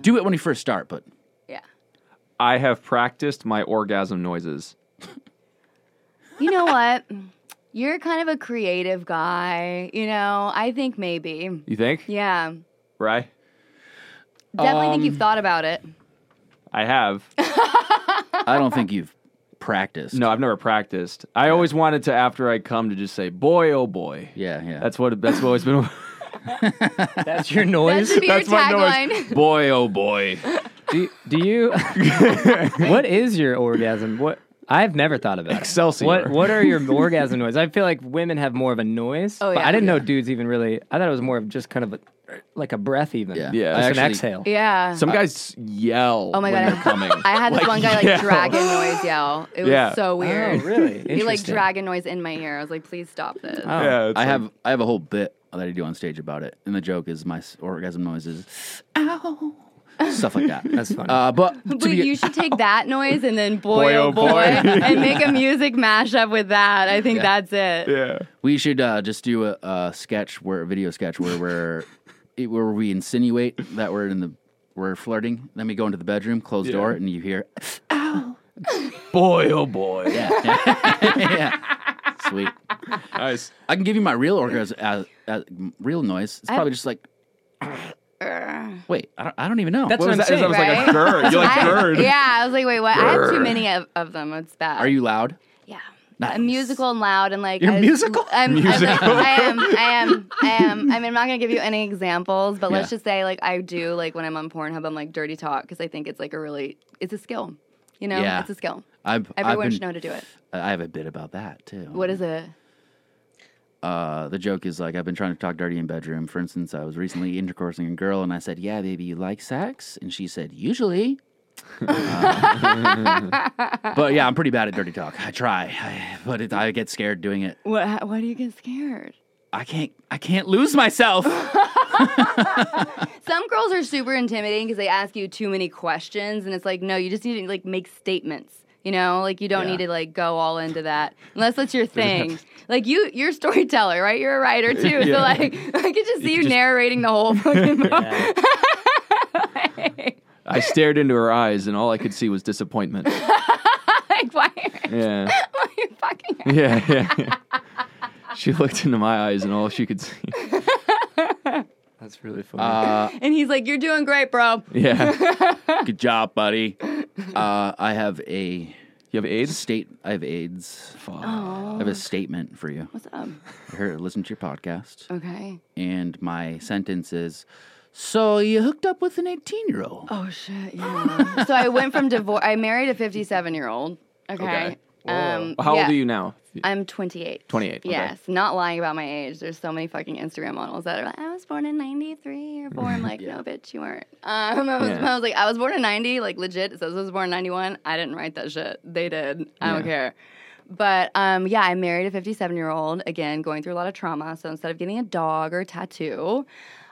Speaker 1: Do it when you first start, but
Speaker 3: Yeah.
Speaker 5: I have practiced my orgasm noises.
Speaker 3: You know what? You're kind of a creative guy, you know? I think maybe.
Speaker 5: You think?
Speaker 3: Yeah.
Speaker 5: Right.
Speaker 3: Definitely
Speaker 1: Um,
Speaker 3: think you've thought about it.
Speaker 5: I have.
Speaker 1: I don't think you've practiced.
Speaker 5: No, I've never practiced. I always wanted to after I come to just say, boy, oh boy.
Speaker 1: Yeah, yeah.
Speaker 5: That's what. That's always been.
Speaker 4: That's your
Speaker 3: That
Speaker 4: noise?
Speaker 3: should be your
Speaker 5: That's my
Speaker 3: tagline.
Speaker 5: boy, oh boy.
Speaker 4: do, do you. what is your orgasm? What I've never thought about it.
Speaker 5: Excelsior.
Speaker 4: What What are your orgasm noises? I feel like women have more of a noise.
Speaker 3: Oh,
Speaker 4: but
Speaker 3: yeah.
Speaker 4: I didn't know
Speaker 1: Yeah.
Speaker 4: dudes even really. I thought it was more of just kind of a, like a breath, even.
Speaker 1: Yeah.
Speaker 5: Yeah,
Speaker 4: Just an
Speaker 5: actually-
Speaker 4: exhale.
Speaker 3: Yeah.
Speaker 5: Some guys yell.
Speaker 3: Oh my
Speaker 5: when
Speaker 3: God,
Speaker 5: they're coming.
Speaker 3: I had this one guy like
Speaker 5: yell.
Speaker 3: dragon noise yell. It was
Speaker 5: Yeah.
Speaker 3: so weird.
Speaker 4: Oh,
Speaker 3: He
Speaker 4: really?
Speaker 3: like
Speaker 4: Interesting.
Speaker 3: dragon noise in my ear. I was like, please stop this.
Speaker 4: Oh.
Speaker 5: Yeah, it's
Speaker 1: I
Speaker 5: like-
Speaker 1: have I have a whole bit that I do on stage about it, and the joke is my s- orgasm noise is ow stuff like that.
Speaker 4: That's funny.
Speaker 1: uh, but to
Speaker 3: But
Speaker 1: be-
Speaker 3: you should take that noise and then boy, oh boy, and make a music mashup with that. I think that's it.
Speaker 5: Yeah.
Speaker 1: we should uh, just do a, a sketch where a video sketch where we're it, where we insinuate that we're in the we're flirting. Then we go into the bedroom, closed door, and you hear
Speaker 5: Boy, oh boy.
Speaker 1: yeah, yeah. sweet.
Speaker 5: Nice.
Speaker 1: I can give you my real orgasm uh, uh, real noise. It's probably just like wait, I don't, I don't even know.
Speaker 4: That's
Speaker 5: What
Speaker 4: what
Speaker 5: was
Speaker 4: I'm saying.
Speaker 5: that? that was like a
Speaker 3: right?
Speaker 5: bird. You like
Speaker 3: I-
Speaker 5: bird?
Speaker 3: yeah, I was like, wait, what? I had too many of, of them. It's bad.
Speaker 1: Are you loud?
Speaker 3: Yeah.
Speaker 1: Nice.
Speaker 3: I'm musical and loud and like
Speaker 1: You're
Speaker 3: I-
Speaker 1: musical?
Speaker 3: I'm,
Speaker 5: Musical.
Speaker 3: I'm, I am. I am. I am. I mean, I'm not gonna give you any examples, but let's
Speaker 1: Yeah.
Speaker 3: just say like I do like when I'm on Pornhub, I'm like dirty talk because I think it's like a really it's a skill. You know,
Speaker 1: Yeah.
Speaker 3: it's a skill.
Speaker 1: I've, I've
Speaker 3: Everyone
Speaker 1: been,
Speaker 3: should know how to do it.
Speaker 1: I have a bit about that too.
Speaker 3: What is it?
Speaker 1: uh, the joke is like I've been trying to talk dirty in bedroom. For instance, I was recently intercoursing a girl, and I said, "Yeah, baby, you like sex?" And she said, "Usually." Uh, but yeah, I'm pretty bad at dirty talk. I try, I, but it, I get scared doing it.
Speaker 3: What? how- Why do you get scared?
Speaker 1: I can't. I can't lose myself.
Speaker 3: Some girls are super intimidating because they ask you too many questions, and it's like, no, you just need to like make statements. You know, like you don't
Speaker 1: Yeah.
Speaker 3: need to like go all into that unless that's your thing. like you, you're a storyteller, right? You're a writer too, so like I could just see you, narrating the whole fucking. book. like,
Speaker 5: I stared into her eyes, and all I could see was disappointment.
Speaker 3: like, why are
Speaker 5: Yeah.
Speaker 3: you fucking?
Speaker 5: Yeah, yeah. yeah. she looked into my eyes, and all she could see.
Speaker 4: That's really funny.
Speaker 1: Uh,
Speaker 3: And he's like, you're doing great, bro.
Speaker 5: Yeah.
Speaker 1: good job, buddy. Uh, I have a
Speaker 5: You have AIDS?
Speaker 1: state. I have AIDS. I have a statement for you.
Speaker 3: What's up?
Speaker 1: I heard, listen to your podcast,
Speaker 3: Okay.
Speaker 1: and my sentence is, "So you hooked up with an 18 year old."
Speaker 3: Oh shit! Yeah. so I went from divorce. I married a 57 year old. Okay. Um,
Speaker 5: How
Speaker 3: yeah.
Speaker 5: old are you now?
Speaker 3: I'm 28.
Speaker 5: 28, okay.
Speaker 3: Yes, not lying about my age. There's so many fucking Instagram models that are like, I was born in 93 or 4. I'm like, no, bitch, you weren't. Um, I, was,
Speaker 5: Yeah.
Speaker 3: I was like, I was born in 90, like legit. It says I was born in 91. I didn't write that shit. They did. I don't care. But um, yeah, I married a 57 year old, again, going through a lot of trauma. So instead of getting a dog or a tattoo,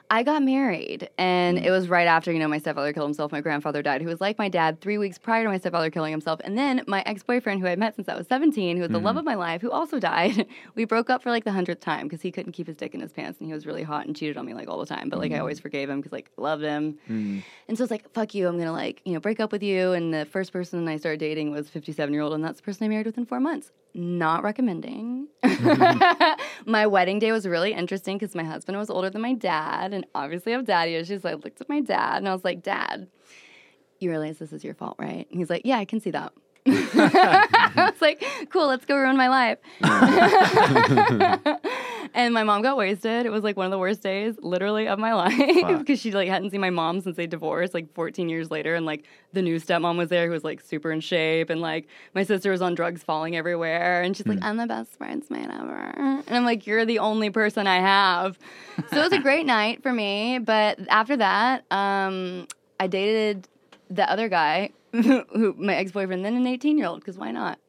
Speaker 3: I got married. And it was right after, you know, my stepfather killed himself. My grandfather died, who was like my dad three weeks prior to my stepfather killing himself. And then my ex boyfriend, who I met since I was 17, who was the love of my life, who also died, we broke up for like the hundredth time because he couldn't keep his dick in his pants and he was really hot and cheated on me like all the time. But like I always forgave him because like loved him. And so it's like, fuck you, I'm gonna like, you know, break up with you. And the first person I started dating was 57 year old, and that's the person I married within four months. Not recommending. my wedding day was really interesting because my husband was older than my dad, and obviously I have daddy issues. So I looked at my dad and I was like, Dad, you realize this is your fault, right? And he's like, Yeah, I can see that. I was like, cool, let's go ruin my life. and my mom got wasted. It was like one of the worst days, literally, of my life
Speaker 1: Fuck.
Speaker 3: because she like hadn't seen my mom since they divorced, like 14 years later. And like the new stepmom was there, who was like super in shape, and like my sister was on drugs, falling everywhere. And she's like, I'm the best bridesmaid ever, and I'm like, you're the only person I have. So it was a great night for me. But after that, um, I dated the other guy, who my ex boyfriend, then an 18 year old, because why not?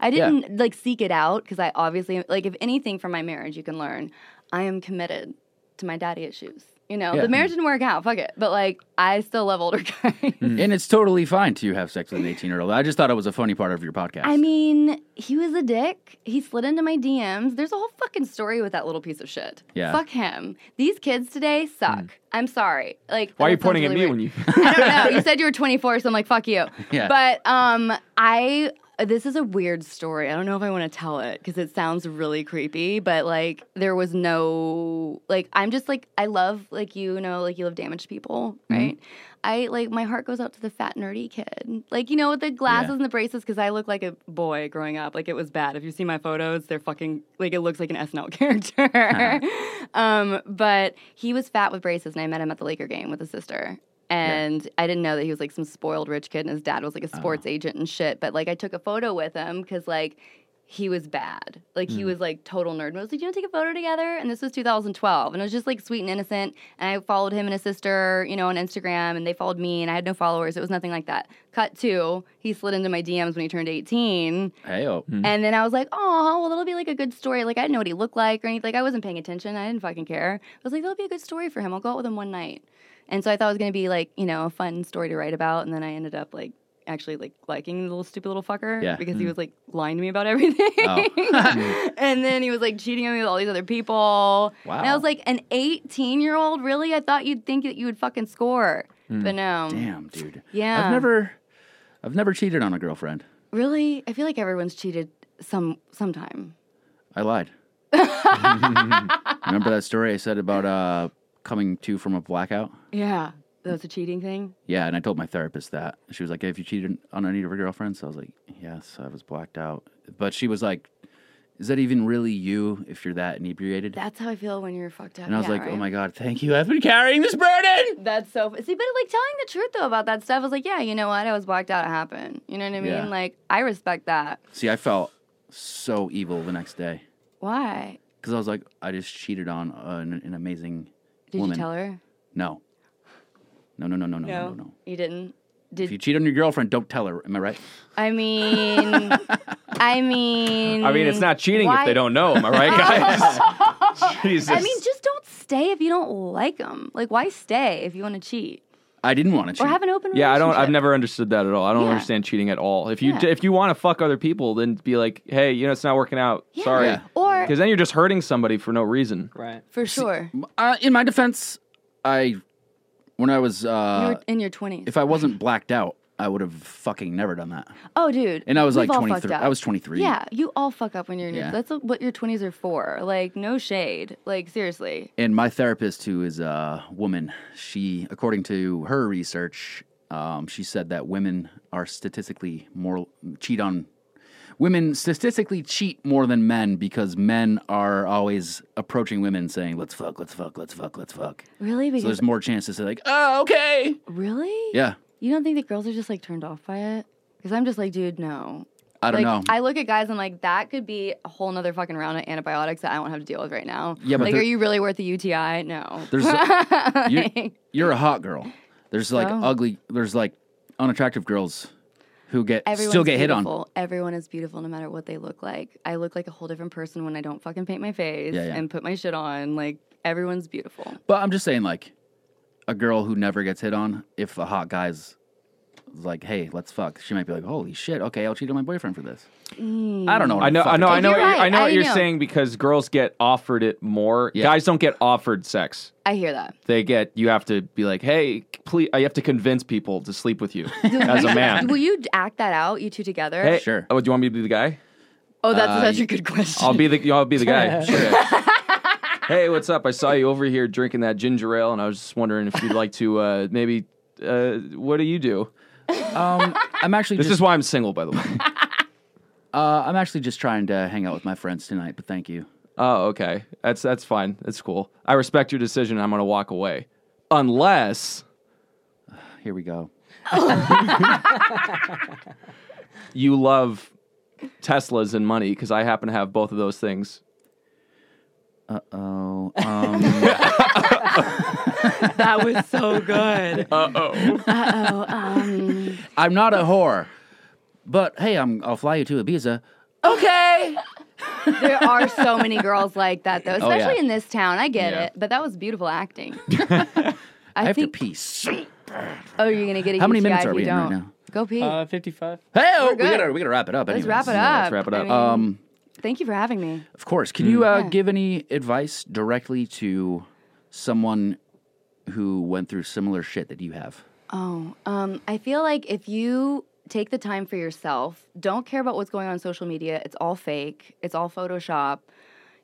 Speaker 3: I didn't like seek it out because I obviously like if anything from my marriage you can learn, I am committed to my daddy issues. You know, the marriage didn't work out. Fuck it, but like I still love older guys.
Speaker 1: And it's totally fine to have sex with an 18 year old. I just thought it was a funny part of your podcast.
Speaker 3: I mean, he was a dick. He slid into my DMs. There's a whole fucking story with that little piece of shit.
Speaker 1: Yeah.
Speaker 3: Fuck him. These kids today suck. I'm sorry. Like,
Speaker 5: Hmm. Why are you
Speaker 3: that sounds
Speaker 5: pointing at
Speaker 3: really
Speaker 5: me
Speaker 3: weird.
Speaker 5: when you?
Speaker 3: I don't know. You said you were 24, so I'm like, fuck you.
Speaker 1: Yeah.
Speaker 3: But um, I this is a weird story. I don't know if I want to tell it because it sounds really creepy. But like, there was no like. I'm just like I love like you know like you love damaged people, right? I like my heart goes out to the fat nerdy kid, like you know with the glasses and the braces because I look like a boy growing up. Like it was bad. If you see my photos, they're fucking like it looks like an SNL character. um, but he was fat with braces, and I met him at the Laker game with his sister. And I didn't know that he was like some spoiled rich kid, and his dad was like a sports agent and shit. But like, I took a photo with him because like he was bad. Like he was like total nerd. And I was like, "Do you want to take a photo together?" And this was 2012, and it was just like sweet and innocent. And I followed him and his sister, you know, on Instagram, and they followed me, and I had no followers. It was nothing like that. Cut to he slid into my DMs when he turned 18,
Speaker 1: Hey, oh.
Speaker 3: and then I was like, oh, well, that'll be like a good story. Like, I didn't know what he looked like or anything. Like, I wasn't paying attention. I didn't fucking care. I was like, that'll be a good story for him. I'll go out with him one night. And so I thought it was going to be like, you know, a fun story to write about. And then I ended up like actually like liking the little stupid little fucker
Speaker 1: Yeah. Mm. Oh.
Speaker 3: because he was like lying to me about everything. and then he was like cheating on me with all these other people. And I
Speaker 1: Wow.
Speaker 3: was like, an 18 year old? Really? I thought you'd think that you would fucking score. But no.
Speaker 1: Hmm. Damn, dude.
Speaker 3: Mm. Yeah.
Speaker 1: I've never I've never cheated on a girlfriend.
Speaker 3: Really? I feel like everyone's cheated some sometime.
Speaker 1: I lied. Remember that story I said about uh, coming to from a blackout?
Speaker 3: Yeah. That was a cheating thing.
Speaker 1: Yeah, and I told my therapist that. She was like, Have you cheated on any of your girlfriends? I was like, Yes, I was blacked out. But she was like, Is that even really you if you're that inebriated?
Speaker 3: That's how I feel when you're fucked up.
Speaker 1: and I was
Speaker 3: Yeah,
Speaker 1: like, Oh
Speaker 3: right?
Speaker 1: my God, thank you. I've been carrying this burden.
Speaker 3: That's so. Fu- See, but like telling the truth though about that stuff I was like, yeah, you know what? I was blacked out. It happened. You know what I mean?
Speaker 1: Yeah.
Speaker 3: Like, I respect that.
Speaker 1: See, I felt so evil the next day
Speaker 3: Why?
Speaker 1: because I was like, I just cheated on an, an amazing
Speaker 3: Did
Speaker 1: woman.
Speaker 3: you tell her?
Speaker 1: No. No, no, no, no, no, no, no, no.
Speaker 3: You didn't.
Speaker 1: If
Speaker 3: Did
Speaker 1: you cheat on your girlfriend, don't tell her. Am I right?
Speaker 3: I mean? I mean.
Speaker 5: I mean, it's not cheating
Speaker 3: why-
Speaker 5: if they don't know. Am I right, guys? Jesus.
Speaker 3: I mean, just don't stay if you don't like them. Like, why stay if you want to cheat
Speaker 1: I didn't want to cheat.
Speaker 3: or have an open?
Speaker 5: yeah, I don't. I've
Speaker 3: relationship?
Speaker 5: never understood that at all. I don't
Speaker 3: Yeah.
Speaker 5: understand cheating at all. If you
Speaker 3: Yeah.
Speaker 5: if you want to fuck other people, then be like, hey, you know, it's not working out.
Speaker 3: Yeah.
Speaker 5: Sorry.
Speaker 1: Yeah.
Speaker 3: Or
Speaker 5: Because then you're just hurting somebody for no reason.
Speaker 4: Right.
Speaker 3: for sure,
Speaker 1: Uh, in my defense, I when I was
Speaker 3: you
Speaker 1: uh,
Speaker 3: were in your twenties.
Speaker 1: if I wasn't blacked out, I would have fucking never done that.
Speaker 3: Oh, dude.
Speaker 1: And I was
Speaker 3: we've
Speaker 1: like
Speaker 3: all
Speaker 1: 23.
Speaker 3: fucked up.
Speaker 1: I was 23.
Speaker 3: Yeah, you all fuck up when you're in
Speaker 1: Yeah.
Speaker 3: your. That's what your 20s are for. Like, no shade. Like, seriously.
Speaker 1: And my therapist, who is a woman, she, according to her research, um, she said that women are statistically more cheat on. Women statistically cheat more than men because men are always approaching women saying, "Let's fuck, let's fuck, let's fuck, let's fuck."
Speaker 3: Really?
Speaker 1: So
Speaker 3: Because
Speaker 1: there's more chances to like, "Oh, okay,
Speaker 3: really?
Speaker 1: yeah."
Speaker 3: You don't think that girls are just like turned off by it? Because I'm just like, dude, no.
Speaker 1: I don't
Speaker 3: like,
Speaker 1: know.
Speaker 3: I look at guys, I'm like, that could be a whole nother fucking round of antibiotics that I won't have to deal with right now.
Speaker 1: Yeah, but
Speaker 3: like,
Speaker 1: there-
Speaker 3: are you really worth a UTI? No.
Speaker 1: There's you-
Speaker 3: Like,
Speaker 1: you're a hot girl. There's like
Speaker 3: So?
Speaker 1: ugly. There's like unattractive girls who get
Speaker 3: Everyone's
Speaker 1: still get hit on.
Speaker 3: beautiful. Everyone is beautiful no matter what they look like. I look like a whole different person when I don't fucking paint my face
Speaker 1: Yeah, yeah.
Speaker 3: and put my shit on. Like, everyone's beautiful.
Speaker 1: But I'm just saying, like a girl who never gets hit on. If a hot guy's like, "Hey, let's fuck," she might be like, "Holy shit, okay, I'll cheat on my boyfriend for this."
Speaker 3: Mm.
Speaker 1: I don't know. what
Speaker 5: I
Speaker 1: I'm
Speaker 5: know, I
Speaker 1: fucking
Speaker 5: know, I
Speaker 1: talking
Speaker 5: know,
Speaker 3: You're
Speaker 5: what you're-
Speaker 3: right.
Speaker 5: I know
Speaker 3: I
Speaker 5: what you're
Speaker 3: know.
Speaker 5: saying because girls get offered it more.
Speaker 1: Yeah.
Speaker 5: Guys don't get offered sex.
Speaker 3: I hear that.
Speaker 5: They get you have to be like, hey, please. I have to convince people to sleep with you as a man.
Speaker 3: Will you act that out, you two together?
Speaker 5: Hey,
Speaker 1: Sure.
Speaker 5: Oh, do you want me to be the guy?
Speaker 3: Oh, that's
Speaker 1: uh,
Speaker 3: such a good question.
Speaker 5: I'll be the I'll be the guy. Okay. hey, what's up? I saw you over here drinking that ginger ale, and I was just wondering if you'd like to uh, maybe. Uh, what do you do?
Speaker 1: Um, I'm actually
Speaker 5: This
Speaker 1: just
Speaker 5: is why I'm single, by the way.
Speaker 1: uh, I'm actually just trying to hang out with my friends tonight. But thank you.
Speaker 5: Oh, okay. That's that's fine. That's cool. I respect your decision. I'm gonna walk away, unless
Speaker 1: Here we go.
Speaker 5: you love Teslas and money, because I happen to have both of those things.
Speaker 1: Oh, um,
Speaker 3: that was so good.
Speaker 5: Uh oh.
Speaker 3: oh, um,
Speaker 1: I'm not a whore, but hey, I'm I'll fly you to Ibiza. Okay.
Speaker 3: there are so many girls like that, though, especially
Speaker 1: Oh, yeah.
Speaker 3: in this town. I get
Speaker 5: Yeah.
Speaker 3: it, but that was beautiful acting.
Speaker 1: I,
Speaker 3: I,
Speaker 1: have
Speaker 3: think.
Speaker 1: to pee. super
Speaker 3: Oh, you're gonna get a
Speaker 1: How many
Speaker 3: UTI
Speaker 1: minutes
Speaker 3: if
Speaker 1: are
Speaker 3: you
Speaker 1: we in right
Speaker 3: don't.
Speaker 1: now?
Speaker 3: Go pee.
Speaker 4: Uh, 55.
Speaker 1: Hey, oh,
Speaker 3: We're
Speaker 1: we
Speaker 3: good.
Speaker 1: gotta we gotta wrap it up.
Speaker 3: let's
Speaker 1: anyways.
Speaker 3: wrap it up.
Speaker 5: yeah, let's wrap it
Speaker 3: I
Speaker 5: up.
Speaker 3: mean,
Speaker 1: Um,
Speaker 3: thank you for having me.
Speaker 1: of course. Can you uh,
Speaker 3: Yeah.
Speaker 1: give any advice directly to someone who went through similar shit that you have?
Speaker 3: Oh, um, I feel like if you take the time for yourself, don't care about what's going on social media. It's all fake. It's all Photoshop.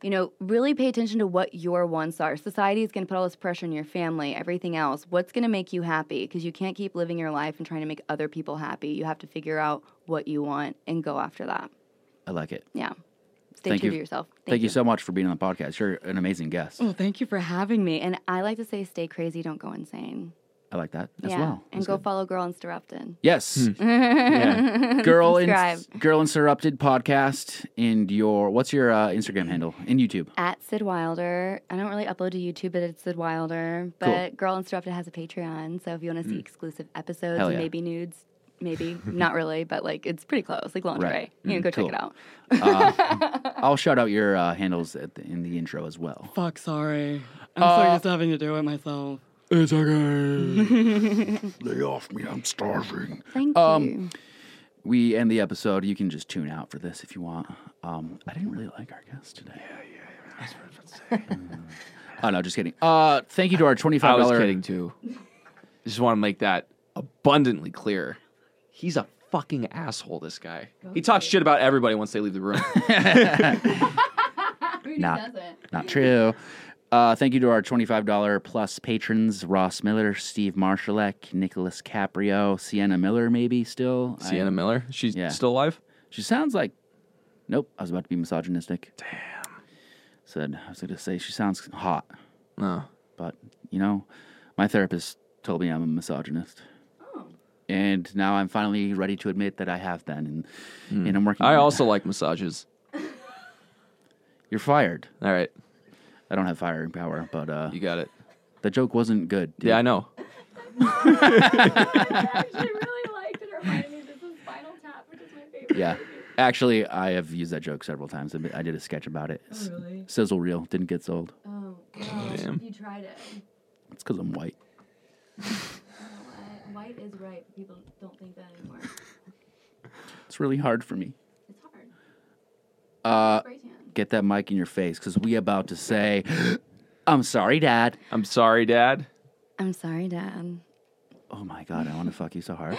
Speaker 3: You know, really pay attention to what your wants are. Society is going to put all this pressure on your family, everything else. What's going to make you happy? Because you can't keep living your life and trying to make other people happy. You have to figure out what you want and go after that.
Speaker 1: I like it.
Speaker 3: Yeah. Stay
Speaker 1: Thank
Speaker 3: true
Speaker 1: you.
Speaker 3: to yourself.
Speaker 1: Thank, you. so much for being on the
Speaker 3: Mm.
Speaker 1: podcast. You're an amazing guest.
Speaker 3: Well, thank you for having me. And I like to say, stay crazy, don't go insane.
Speaker 1: I like that as
Speaker 3: yeah.
Speaker 1: well.
Speaker 3: And
Speaker 1: That's
Speaker 3: go
Speaker 1: good.
Speaker 3: follow Girl on Interrupted.
Speaker 1: Yes.
Speaker 5: Yeah.
Speaker 1: Girl in,
Speaker 3: Subscribe.
Speaker 1: Girl Interrupted podcast and your what's your uh, Instagram handle and YouTube?
Speaker 3: At Sid Wilder. I don't really upload to YouTube, but it's Sid Wilder.
Speaker 1: Cool. Mm.
Speaker 3: But Girl Interrupted has a Patreon. So if you want to see exclusive episodes
Speaker 1: Hell
Speaker 3: and
Speaker 1: yeah.
Speaker 3: maybe nudes, maybe not really, but like it's pretty close, like lingerie.
Speaker 1: Right.
Speaker 3: You know,
Speaker 1: Mm,
Speaker 3: go
Speaker 1: cool.
Speaker 3: check it out.
Speaker 1: I'll shout out your uh, handles at the, in the intro as well.
Speaker 7: Fuck, sorry. I'm
Speaker 3: Uh,
Speaker 7: so used to having to do it myself.
Speaker 1: Lay off me, I'm starving.
Speaker 3: Thank
Speaker 1: Um,
Speaker 3: you.
Speaker 1: We end the episode. You can just tune out for this if you want. Um, I didn't really like our guest today. Yeah, yeah, yeah. oh no, just kidding. Uh, thank you to our
Speaker 5: I
Speaker 1: twenty-five
Speaker 5: was
Speaker 1: dollar.
Speaker 5: kidding too. Just want to make that abundantly clear. He's a fucking asshole. This guy. He talks shit about everybody once they leave the room.
Speaker 1: Not, not true. Uh, thank you to our $25 plus patrons Ross Miller, Steve Marshallek, Nicholas Caprio, Sienna Miller, maybe still. I-
Speaker 5: Sienna Miller. She's
Speaker 1: Yeah.
Speaker 5: still alive.
Speaker 1: she sounds like. Nope, I was about to be misogynistic. Damn. Said, I was going to say she sounds hot,
Speaker 5: No.
Speaker 1: but, you know, my therapist told me I'm a misogynist. And now I'm finally ready to admit that I have been, and, and I'm working.
Speaker 5: Hmm. I
Speaker 1: on it.
Speaker 5: also like massages.
Speaker 1: You're fired.
Speaker 5: All right,
Speaker 1: I don't have firing power, but uh,
Speaker 5: you got it.
Speaker 1: the joke wasn't good. dude.
Speaker 5: Yeah, I know.
Speaker 8: I really liked it. It reminded me this is Spinal Tap, which is my favorite.
Speaker 1: Yeah. Actually, I have used that joke several times. I did a sketch about it. S- Sizzle reel didn't get sold.
Speaker 8: Oh,
Speaker 5: Damn.
Speaker 8: you tried it.
Speaker 1: It's because I'm white.
Speaker 8: White is right. People don't think that anymore.
Speaker 1: It's really hard for me.
Speaker 8: It's hard.
Speaker 1: Uh,
Speaker 8: Spray tan.
Speaker 1: get that mic in your face because we about to say, "I'm sorry, Dad."
Speaker 5: I'm sorry, Dad.
Speaker 3: I'm sorry, Dad.
Speaker 1: Oh my God, I want to fuck you so hard.